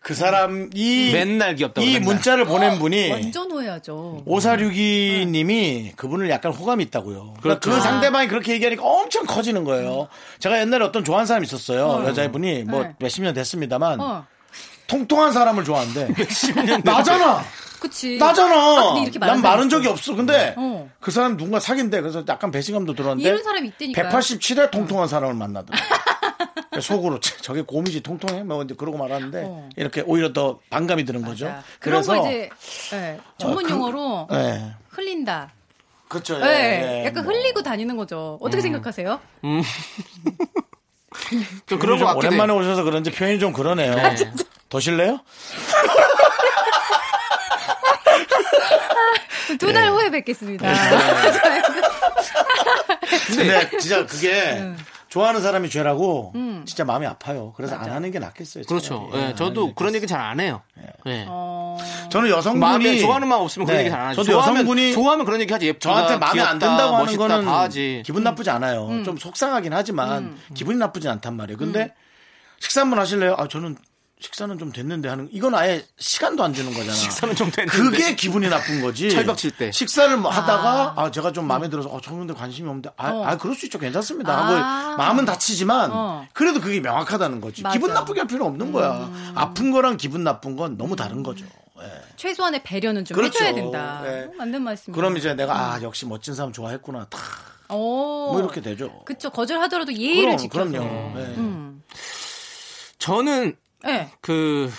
S1: 그 사람, 이,
S2: 맨날 귀엽다고.
S1: 이
S2: 맨날.
S1: 문자를 보낸 분이
S8: 어, 완전 오해하죠.
S1: 음. 5462님이 그분을 약간 호감이 있다고요. 그러니까
S8: 그렇죠.
S1: 그 상대방이 그렇게 얘기하니까 엄청 커지는 거예요. 제가 옛날에 어떤 좋아하는 사람이 있었어요. 여자분이 뭐
S8: 음. 네.
S1: 몇십 년 됐습니다만
S8: 어,
S1: 통통한 사람을 좋아한대. 나잖아.
S8: 그치. 아,
S1: 나잖아.
S8: 근데 이렇게
S1: 난
S8: 말하는
S1: 마른
S8: 사람
S1: 적이
S8: 있어.
S1: 없어. 근데
S8: 어.
S1: 그 사람 누군가 사귄대. 그래서 약간 배신감도 들었는데.
S8: 이런 사람이 있다니까요. 어.
S1: 187에 통통한 사람을 만나더라고. 속으로 "참, 저게 곰이지 통통해 뭐 이제 그러고 말았는데
S8: 어.
S1: 이렇게 오히려 더 반감이 드는 거죠.
S8: 맞아. 그런 거 이제 예, 전문
S1: 어, 그-
S8: 용어로
S1: 예.
S8: 흘린다.
S1: 그렇죠.
S2: 네.
S8: 예,
S1: 예, 음. 예.
S8: 약간
S1: 뭐.
S8: 흘리고 다니는 거죠. 어떻게 생각하세요?
S2: 좀 그런 것 아,
S1: 좀
S2: 같긴
S1: 오랜만에
S2: 해요.
S1: 오셔서 그런지 표현이 좀 그러네요. 더 실래요?
S8: 두
S1: 예.
S8: 달 후에
S2: 아,
S8: 뵙겠습니다.
S1: 네.
S2: 네.
S1: 근데 진짜 그게
S2: 음.
S1: 좋아하는 사람이 죄라고 진짜 마음이 아파요. 그래서 안 하는 게 낫겠어요.
S2: 그렇죠.
S1: 차라리.
S2: 예,
S1: 예,
S2: 저도 그런 얘기 잘 안 해요. 예.
S8: 어,
S1: 저는 여성분이
S2: 마음에 좋아하는 마음 없으면 그런
S1: 네,
S2: 얘기 잘 안 하죠.
S1: 저도
S2: 좋아하면,
S1: 여성분이
S2: 좋아하면 그런 얘기 하지. 예쁘다,
S1: 저한테 마음에 안
S2: 귀엽다,
S1: 든다고 하는
S2: 멋있다,
S1: 거는
S2: 다 하지. 음.
S1: 기분 나쁘지 않아요. 좀 속상하긴 하지만 기분이 나쁘진 않단 말이에요. 근데
S2: 음.
S1: 식사 한번 하실래요? 아 저는 식사는 좀 됐는데 하는 이건 아예 시간도 안 주는 거잖아.
S2: 식사는 좀 됐는데.
S1: 그게 기분이 나쁜 거지.
S2: 철벽 칠 때.
S1: 식사를 뭐 하다가 아 제가 좀 마음에 들어서 어 저분들 관심이 없는데 아,
S2: 어.
S1: 아, 그럴 수 있죠 괜찮습니다 하고
S8: 아.
S1: 마음은 다치지만
S8: 어.
S1: 그래도 그게 명확하다는 거지.
S8: 맞아.
S1: 기분 나쁘게 할 필요는 없는 거야.
S2: 음.
S1: 아픈 거랑 기분 나쁜 건 너무 다른 거죠.
S8: 최소한의 배려는 좀
S1: 그렇죠.
S8: 해줘야 된다. 어,
S1: 예.
S8: 맞는 말씀이에요.
S1: 그럼 이제 내가 아 역시 멋진 사람 좋아했구나. 탁
S8: 어,
S1: 뭐 이렇게 되죠.
S8: 그쵸. 거절하더라도 예의를
S1: 그럼,
S8: 지켜서.
S2: 음.
S8: 음.
S1: 그럼요. 네.
S2: 저는
S8: 예.
S2: 그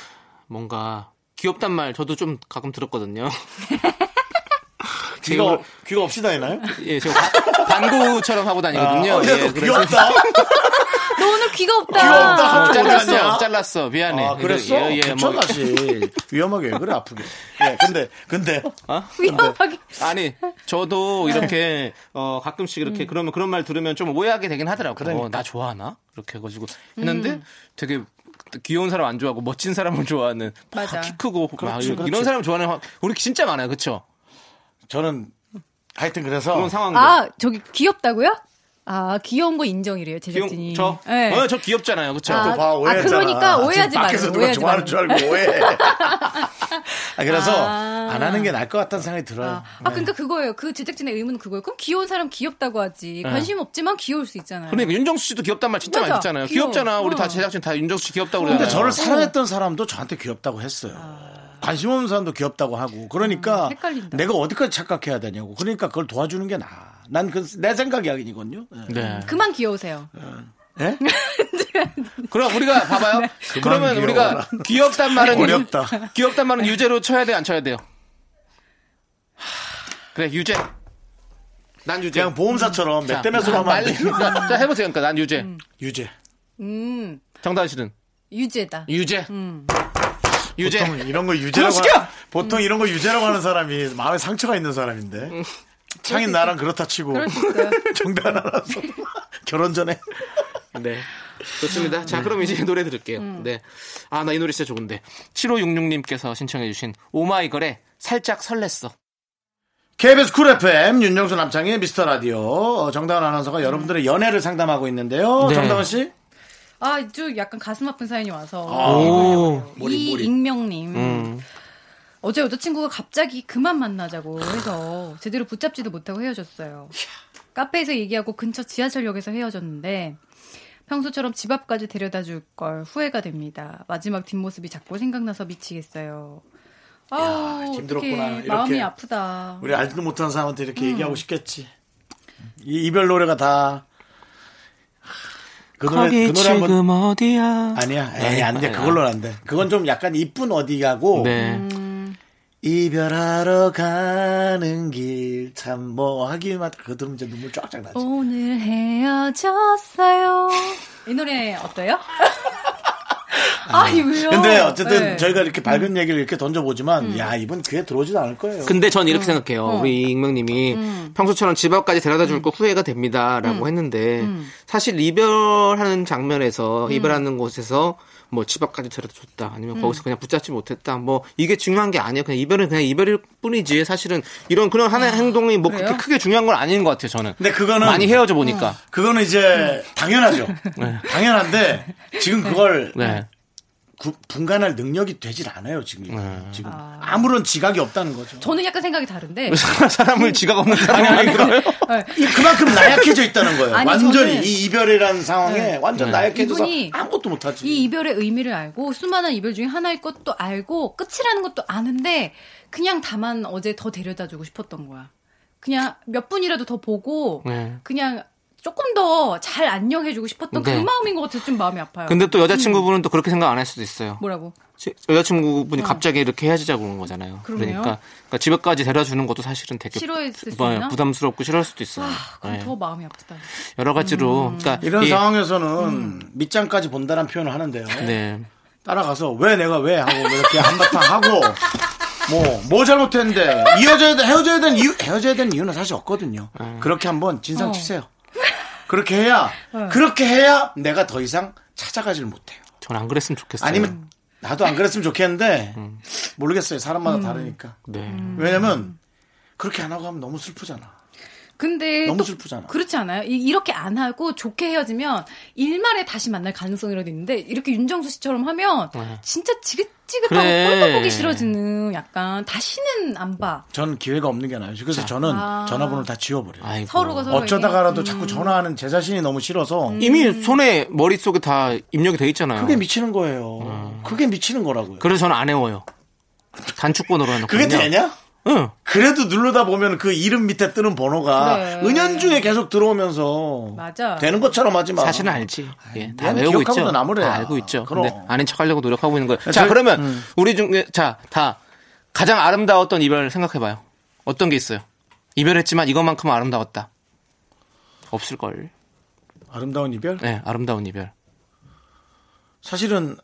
S2: 뭔가 귀엽단 말 저도 좀 가끔 들었거든요.
S1: 귀가,
S2: 제가-
S1: 귀가 없이 다니나요?
S2: 예, 제가 바- 반고처럼 하고 다니거든요.
S1: 어, 야,
S2: 예,
S1: 너 귀엽다.
S8: 너 오늘 귀가 없다.
S1: 귀엽다.
S2: 어, 잘랐어,
S1: 어디갔냐?
S2: 잘랐어. 미안해.
S1: 아, 그랬어?
S2: 예, 예,
S1: 그쵸,
S2: 뭐-
S1: 다시. 위험하게 왜 그래, 아프게. 예, 근데, 근데,
S8: 위험하게.
S2: 아니,
S8: 네.
S2: 저도 이렇게 어 가끔씩 이렇게
S8: 음.
S2: 그러면 그런 말 들으면 좀 오해하게 되긴 하더라고.
S8: 그러니까.
S2: 요나 어, 좋아하나? 이렇게 해가지고 했는데
S8: 음.
S2: 되게 귀여운 사람 안 좋아하고 멋진 사람을 좋아하는 막
S8: 맞아. 그렇죠,
S2: 키 크고 막
S1: 그렇지, 그렇지.
S2: 이런 사람 좋아하는 화- 우리 진짜 많아요, 그렇죠?
S1: 저는, 하여튼 그래서,
S2: 그런 상황들.
S8: 아, 저기 귀엽다고요? 아, 귀여운 거 인정이래요,
S2: 귀여,
S8: 제작진이.
S2: 저,
S8: 예.
S2: 어, 저 귀엽잖아요, 그렇죠?
S8: 아,
S1: 봐, 오해했잖아.
S8: 그러니까 오해하지
S1: 지금 밖에서
S8: 말아요,
S1: 누가
S8: 오해하지
S1: 좋아하는 줄 알고 오해해. 아, 그래서,
S8: 아.
S1: 안 하는 게 나을 것 같다는 생각이 들어요.
S8: 아, 아, 그러니까 그거예요. 그 제작진의 의문은 그거예요. 그럼 귀여운 사람 귀엽다고 하지. 관심 없지만 귀여울 수 있잖아요.
S2: 그러니까 윤정수 씨도 귀엽단 말 진짜
S8: 맞아,
S2: 많이 듣잖아요.
S8: 귀여워.
S2: 귀엽잖아. 우리 다
S8: 어.
S2: 제작진 다 윤정수 씨 귀엽다고
S1: 근데
S8: 네.
S2: 그러잖아요.
S1: 저를 사랑했던 사람도 저한테 귀엽다고 했어요. 관심 없는 사람도 귀엽다고 하고. 그러니까
S8: 아. 음, 헷갈린다.
S1: 내가 어디까지 착각해야 되냐고. 그러니까 그걸 도와주는 게 나아. 난그내 생각이 아니거든요. 예.
S2: 네.
S8: 그만 귀여우세요.
S1: 예?
S2: 그럼 우리가 봐봐요.
S8: 네.
S2: 그러면
S1: 귀여워라.
S2: 우리가 귀엽단 말은
S1: 어렵다.
S2: 귀엽단 말은 유죄로 쳐야 돼, 안 쳐야 돼요? 그래, 유죄. 난 유죄.
S1: 그냥 보험사처럼 몇 대 몇으로 하면 안
S2: 빨리.
S1: 돼.
S2: 자, 자, 해보세요. 그러니까 난 유죄.
S1: 유죄.
S8: 음,
S2: 정다은 씨는
S8: 유죄다.
S2: 유죄. 유죄.
S1: 음. 보통 이런 거 유죄라고
S2: 그럼 시켜!
S1: 하, 보통 이런 거 유죄라고 하는 사람이 마음에 상처가 있는
S8: 음.
S1: 사람인데 창인 나랑 그렇다 치고
S8: 그럴 수 있어요.
S1: 정답 알아서 결혼 전에
S2: 네. 좋습니다. 자, 그럼 이제 노래 들을게요. 네. 아, 나 이 노래 진짜 좋은데. 7566님께서 신청해주신 오마이걸의 살짝 설렜어.
S1: KBS 쿨 FM 윤정수 남창의 미스터 라디오 어, 정다은 아나운서가 여러분들의 연애를 상담하고 있는데요.
S2: 네.
S1: 정다은 씨
S8: 아, 좀 약간 가슴 아픈 사연이 와서.
S2: 오.
S1: 머리,
S8: 이
S1: 머리.
S8: 익명님.
S2: 음.
S8: 어제 여자친구가 갑자기 그만 만나자고 해서 제대로 붙잡지도 못하고 헤어졌어요. 카페에서 얘기하고 근처 지하철역에서 헤어졌는데 평소처럼 집 앞까지 데려다 줄 걸 후회가 됩니다. 마지막 뒷모습이 자꾸 생각나서 미치겠어요. 아,
S1: 힘들었구나.
S8: 어떡해.
S1: 이렇게.
S8: 마음이 아프다.
S1: 우리 알지도 못한 사람한테 이렇게 얘기하고 싶겠지. 이 이별 노래가 다. 그 노래, 그 노래 한번
S2: 어디야?
S1: 아니야. 에이, 안 돼. 그걸로는 안 돼. 그건 좀 약간 이쁜 어디가고.
S2: 네.
S1: 이별하러 가는 길 참 뭐 하기만 그거 들으면 이제 눈물 쫙쫙 나지.
S8: 어, 오늘 헤어졌어요. 이 노래 어때요? 아니, 왜요?
S1: 근데 어쨌든
S8: 네.
S1: 저희가 이렇게 밝은 얘기를 이렇게 던져보지만, 야, 이분 그게 들어오지도 않을 거예요.
S2: 음. 근데 전 이렇게 생각해요. 우리 익명님이 평소처럼 집 앞까지 데려다 줄 거 후회가 됩니다라고 했는데 사실 이별하는 장면에서 이별하는 곳에서 뭐 집 앞까지 데려다 줬다 아니면 거기서 그냥 붙잡지 못했다 뭐 이게 중요한 게 아니에요. 그냥 이별은 그냥 이별일 뿐이지 사실은 이런 그런 하나의 행동이 뭐 그렇게
S8: 그래요?
S2: 크게 중요한 건 아닌 것 같아요. 네, 저는
S1: 근데 그거는
S2: 많이 헤어져 보니까
S1: 그거는 이제 당연하죠. 당연한데 지금 그걸
S2: 네.
S1: 구- 분간할 능력이 되질 않아요 지금
S2: 네.
S1: 지금 아무런 지각이 없다는 거죠.
S8: 저는 약간 생각이 다른데.
S2: 사람을 지각 없는 사람이 아닌가요?
S1: 이- 그만큼 나약해져 있다는 거예요.
S8: 아니,
S1: 완전히
S8: 저는- 네.
S1: 이 이별이라는 상황에
S2: 네.
S1: 완전 나약해져서
S8: 이분이
S1: 아무것도 못하지.
S8: 이 이별의 의미를 알고 수많은 이별 중에 하나일 것도 알고 끝이라는 것도 아는데 그냥 다만 어제 더 데려다 주고 싶었던 거야. 그냥 몇 분이라도 더 보고
S2: 네.
S8: 그냥 조금 더 잘 안녕해주고 싶었던
S2: 네.
S8: 그 마음인 것 같아서 좀 마음이 아파요.
S2: 근데 또 여자친구분은 또 그렇게 생각 안 할 수도 있어요.
S8: 뭐라고?
S2: 제- 여자친구분이 갑자기 이렇게 헤어지자고 그런 거잖아요. 그
S8: 어. 그러네요.
S2: 러니까 집에까지 데려다 주는 것도 사실은 되게
S8: 싫어했을 수
S2: 부-
S8: 있나?
S2: 부담스럽고 싫어할 수도 있어요.
S8: 아, 그럼
S2: 예.
S8: 더 음. 마음이 아프다.
S2: 여러 가지로. 그러니까
S1: 이런
S2: 이-
S1: 상황에서는
S8: 음.
S1: 밑장까지 본다는 표현을 하는데요.
S2: 네.
S1: 따라가서 왜 내가 왜 하고 뭐 이렇게 한바탕 하고 뭐 뭐 잘못했는데 이어져야 돼 헤어져야 되는 이유 헤어져야 되는 이유는 사실 없거든요.
S2: 네.
S1: 그렇게 한번 진상 치세요. 그렇게 해야 그렇게 해야 내가 더 이상 찾아가질 못해요.
S2: 전 안 그랬으면 좋겠어요.
S1: 아니면
S2: 네.
S1: 나도 안 그랬으면 좋겠는데
S2: 음.
S1: 모르겠어요. 사람마다 다르니까.
S2: 네.
S8: 음.
S1: 왜냐면 그렇게 안 하고 하면 너무 슬프잖아.
S8: 근데
S1: 너무
S8: 또
S1: 슬프잖아.
S8: 그렇지 않아요? 이- 이렇게 안 하고 좋게 헤어지면 일말에 다시 만날 가능성이라도 있는데 이렇게 윤정수 씨처럼 하면 진짜 지긋지긋하고
S2: 네. 그래.
S8: 꼴도 보기 싫어지는 약간 다시는 안 봐.
S1: 전 기회가 없는 게 나아요. 그래서 저는
S8: 아.
S1: 전화번호를 다 지워버려요.
S2: 아이고.
S8: 서로가 서로
S1: 어쩌다가라도 음. 자꾸 전화하는 제 자신이 너무 싫어서
S2: 이미
S8: 음.
S2: 손에 머릿속에 다 입력이 돼 있잖아요.
S1: 그게 미치는 거예요. 그게 미치는 거라고요.
S2: 음. 그래서 저는 안 해워요. 단축번호로 해놓고.
S1: 그게 되냐?
S2: 응.
S1: 그래도 누르다 보면 그 이름 밑에 뜨는 번호가
S8: 네.
S1: 은연중에 계속 들어오면서
S8: 맞아.
S1: 되는 것처럼 하지 마.
S2: 사실은 알지. 예, 다
S1: 넌
S2: 외우고
S1: 기억하고도
S2: 있죠.
S1: 나무래야.
S2: 다 알고 있죠.
S1: 그럼. 음.
S2: 근데 아닌 척하려고 노력하고 있는 거예요. 자,
S1: 저희-
S2: 그러면 우리 중에 자다 가장 아름다웠던 이별을 생각해봐요. 어떤 게 있어요? 이별했지만 이것만큼 아름다웠다. 없을 걸.
S1: 아름다운 이별?
S2: 네, 아름다운 이별.
S1: 사실은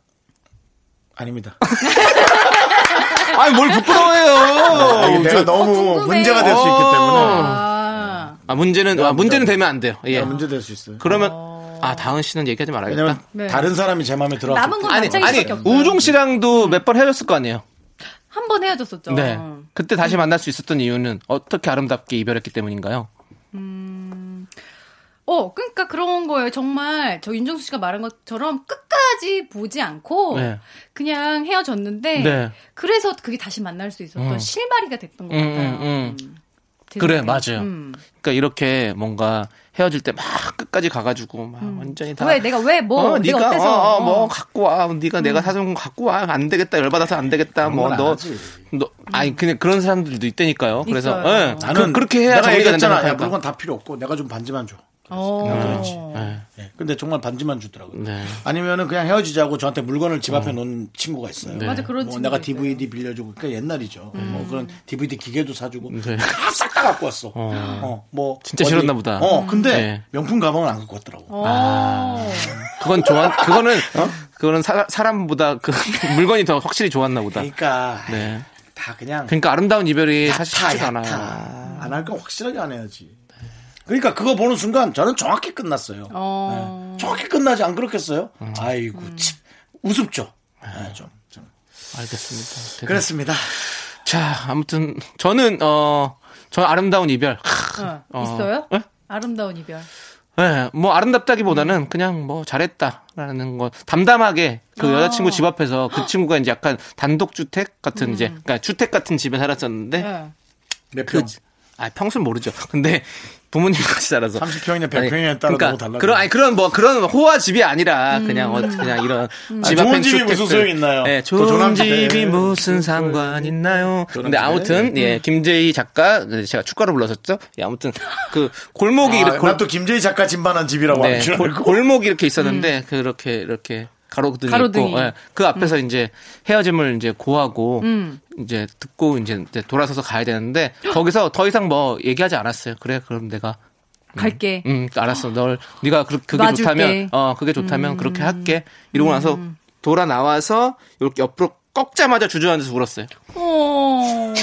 S1: 아닙니다.
S2: 어, 아니 뭘 부끄러워해요.
S1: 아, 이게 내가
S2: 어,
S1: 너무
S8: 궁금해.
S1: 문제가 될 수 있기 때문에
S8: 아,
S2: 아 문제는 아, 문제는 되면 안 돼요. 예.
S1: 내가 문제 될 수 있어요.
S2: 그러면 아 다은 씨는 얘기하지 말아야겠다.
S1: 왜냐면
S8: 네.
S1: 다른 사람이 제 마음에 들어.
S8: 남은 건
S2: 아니 아니
S8: 남창희밖에 없어요.
S2: 우종
S1: 음.
S2: 씨랑도 몇 번 헤어졌을 거 아니에요.
S8: 한 번 헤어졌었죠.
S2: 네.
S8: 음.
S2: 그때 다시 만날 수 있었던 이유는 어떻게 아름답게 이별했기 때문인가요?
S8: 어, 그러니까 그런 거예요. 정말 저 윤정수 씨가 말한 것처럼 끝까지 보지 않고
S2: 네.
S8: 그냥 헤어졌는데
S2: 네.
S8: 그래서 그게 다시 만날 수 있었던
S2: 음.
S8: 실마리가 됐던 것
S2: 음,
S8: 같아요.
S2: 음, 음.
S8: 제
S2: 그래,
S8: 생각에는.
S2: 맞아요.
S8: 음.
S2: 그러니까 이렇게 뭔가 헤어질 때 막 끝까지 가가지고 막 완전히 다
S8: 음. 왜 내가 왜 뭐
S2: 음. 어,
S8: 내가
S2: 네가
S8: 어때서
S2: 어, 어, 뭐
S8: 어. 음.
S2: 갖고 와, 네가 내가 사준 거 갖고 와, 안 되겠다, 열 받아서 안 되겠다,
S1: 그런 건안
S2: 뭐너너
S1: 하지.
S2: 아니 그냥 그런 사람들도 있다니까요. 그래서
S8: 음. 있어요.
S2: 예,
S1: 나는
S2: 그, 렇게 해야
S1: 내가
S2: 정리가 된다는
S1: 얘기했잖아. 야,
S2: 거니까.
S1: 물건 다 필요 없고 내가 좀 반지만 줘.
S8: 어.
S2: 예,
S1: 예, 근데 정말 반지만 주더라고요.
S2: 네.
S1: 아니면은 그냥 헤어지자고 저한테 물건을 집 앞에 놓은 친구가 있어요.
S8: 맞아, 그런
S1: 뭐
S8: 친구가
S1: 내가
S8: 있어요.
S1: DVD 빌려주고 그러니까 옛날이죠. 뭐 그런 DVD 기계도 사주고 싹 다 갖고 왔어. 어, 뭐
S2: 진짜 싫었나 보다.
S1: 어, 근데
S2: 네.
S1: 명품 가방은 안 갖고 왔더라고.
S8: 어.
S2: 아. 그건 좋아, 그거는
S1: 어?
S2: 그거는 사, 사람보다 그 물건이 더 확실히 좋았나 보다.
S1: 그러니까
S2: 네.
S1: 다 그냥
S2: 그러니까 아름다운 이별이 사실
S1: 야타 야타
S2: 쉽지가 않아요.
S1: 안 할 건 확실하게 안 해야지. 그러니까 그거 보는 순간 저는 정확히 끝났어요.
S8: 어.
S1: 정확히 끝나지 안 그렇겠어요? 아이고 참 우습죠. 네, 좀, 좀.
S2: 알겠습니다. 되게-
S1: 그랬습니다.
S2: 자, 아무튼 저는 어, 저 아름다운 이별.
S8: 어,
S2: 어.
S8: 있어요?
S2: 예?
S8: 아름다운 이별.
S2: 예, 뭐 아름답다기보다는 그냥 뭐 잘했다라는 거 담담하게 그 여자친구 집 앞에서 그 친구가 이제 약간 단독 주택 같은 이제 그러니까 주택 같은 집에 살았었는데
S8: 예.
S1: 몇
S2: 그,
S1: 평?
S2: 아, 평수는 모르죠. 근데 부모님 같이 살아서. 그러니까
S1: 30평이냐 100평이냐에 따라 너무 달라요.
S2: 그런, 아니, 그런, 뭐, 그런 호화 집이 아니라, 그냥, 어, 그냥 이런. 집
S1: 좋은
S2: 앞엔
S1: 집이
S2: 주택들.
S1: 무슨 소용 있나요?
S2: 예,
S1: 또 조남
S2: 좋은
S1: 집에. 네.
S2: 집이 무슨 상관 있나요? 근데
S1: 집에. 네.
S2: 아무튼, 예, 김재희 작가, 네, 제가 축가로 불렀었죠? 예, 아무튼, 그, 골목이 이렇게, 골,
S1: 난또 아, 김재희 작가 진반한 집이라고
S2: 네,
S1: 뭐 하는 줄
S2: 골,
S1: 알고.
S2: 골목이 이렇게 있었는데, 그렇게, 이렇게. 가로등이,
S8: 음. 가로등이.
S2: 있고, 예, 그 앞에서 이제 헤어짐을 이제 고하고,
S8: 음.
S2: 이제 듣고 이제 이제 돌아서서 가야 되는데 거기서 더 이상 뭐 얘기하지 않았어요. 그래 그럼 내가
S8: 갈게.
S2: 음 알았어 널 네가 그, 그게
S8: 놔줄게. 음.
S2: 좋다면 어 그게 좋다면 그렇게 할게 이러고 나서 돌아 나와서 이렇게 옆으로 꺾자마자 주저앉아서 울었어요.
S8: 어.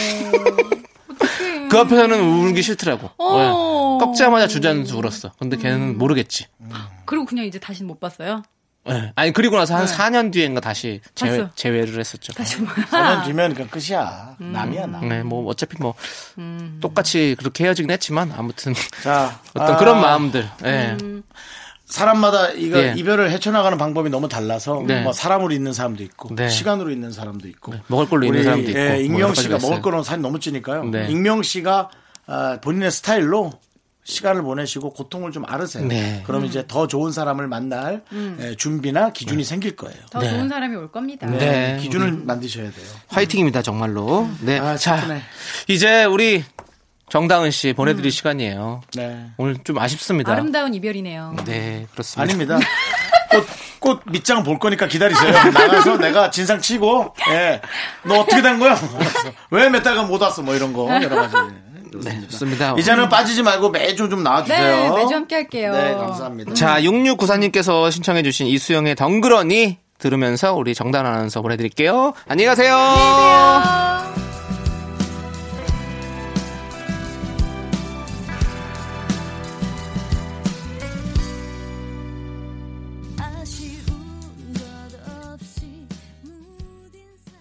S2: 그 앞에서는 울기 싫더라고.
S8: 음. 어.
S2: 예. 꺾자마자 주저앉아서 울었어. 근데 걔는 모르겠지.
S8: 그리고 그냥 이제 다시 못 봤어요.
S2: 예. 아니 그리고 나서 한 4년 뒤엔가 다시 재회,
S8: 봤어요.
S2: 재회를 했었죠.
S8: 다시 못.
S1: 저는 뒤면 그 끝이야. 남이야 남.
S2: 네, 뭐 어차피 뭐 똑같이 그렇게 헤어지긴 했지만 아무튼
S1: 자
S2: 어떤
S1: 아,
S2: 그런 마음들. 예.
S1: 사람마다 이거
S2: 예.
S1: 이별을 헤쳐나가는 방법이 너무 달라서
S2: 네.
S1: 뭐 사람으로 있는 사람도 있고
S2: 네.
S1: 시간으로 있는 사람도 있고
S2: 먹을 걸로 있는
S1: 우리,
S2: 사람도 있고, 뭐
S1: 예,
S2: 여러
S1: 익명
S2: 가지가
S1: 씨가
S2: 있어요.
S1: 먹을 거는 살이 너무 찌니까요.
S2: 네.
S1: 익명 씨가 아, 본인의 스타일로 시간을 보내시고 고통을 좀 앓으세요.
S2: 네. 음.
S1: 그럼 이제 더 좋은 사람을 만날 예, 준비나 기준이 생길 거예요. 음,
S8: 더
S2: 네.
S8: 좋은 사람이 올 겁니다.
S2: 네.
S1: 기준을 만드셔야 돼요.
S2: 화이팅입니다 정말로. 네.
S1: 아,
S2: 자
S1: 슬프네.
S2: 이제 우리 정다은 씨 보내드릴 시간이에요.
S1: 네.
S2: 오늘 좀 음. 아쉽습니다.
S8: 아름다운 이별이네요.
S2: 네 그렇습니다.
S1: 아닙니다. 꽃, 꽃 밑장 볼 거니까 기다리세요. 나가서 내가 진상 치고, 예. 너 어떻게 된 거야? 왜 몇 달간 못 왔어? 뭐 이런 거. 여러 가지.
S2: 네, 좋습니다.
S1: 이제는 빠지지 말고 매주 좀 나와주세요.
S8: 네, 매주 함께 할게요.
S1: 네, 감사합니다.
S2: 자 6694님께서 신청해주신 이수영의 덩그러니 들으면서 우리 정다은 아나운서 보내드릴게요. 안녕히 가세요.
S3: 아쉬운 것 없이 묻은 사랑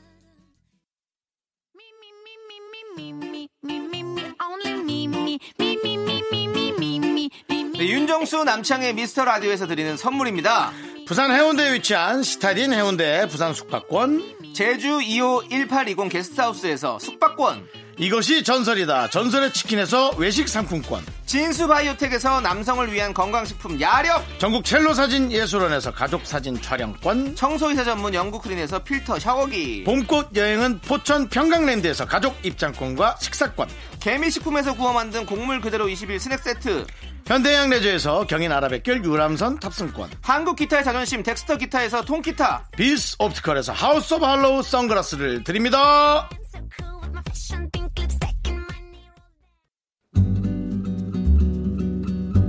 S2: 네, 윤정수 남창의 미스터 라디오에서 드리는 선물입니다.
S1: 부산 해운대에 위치한 시타딘 해운대 부산 숙박권.
S2: 제주 2호 1820 게스트하우스에서 숙박권.
S1: 이것이 전설이다. 전설의 치킨에서 외식 상품권.
S2: 진수 바이오텍에서 남성을 위한 건강식품 야력.
S1: 전국 첼로 사진 예술원에서 가족 사진 촬영권.
S2: 청소이사 전문 영국 크린에서 필터 샤워기.
S1: 봄꽃 여행은 포천 평강랜드에서 가족 입장권과 식사권.
S2: 개미식품에서 구워 만든 곡물 그대로 21 스낵 세트
S1: 현대양 레저에서 경인 아라뱃길 유람선 탑승권.
S2: 한국 기타의 자존심 덱스터 기타에서 통기타
S1: 비스 옵티컬에서 하우스 오브 할로우 선글라스를 드립니다.
S3: So cool with my fashion pink lipstick and my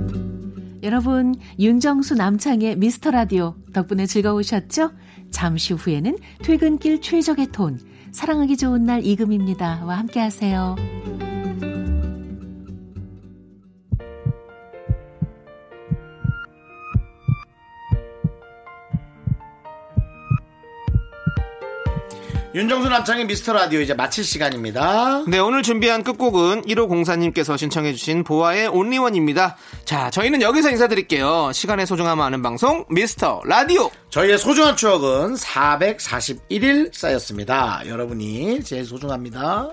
S3: nails.
S9: 여러분, 윤정수 남창의 미스터 라디오 덕분에 즐거우셨죠? 잠시 후에는 퇴근길 최적의 톤, 사랑하기 좋은 날 이금입니다. 와 함께 하세요.
S1: 윤정수 남창의 미스터 라디오 이제 마칠 시간입니다.
S2: 네 오늘 준비한 끝곡은 1호 공사님께서 신청해주신 보아의 온리원입니다 자 저희는 여기서 인사드릴게요 시간의 소중함 아는 방송 미스터 라디오
S1: 저희의 소중한 추억은 441일 쌓였습니다. 여러분이 제일 소중합니다.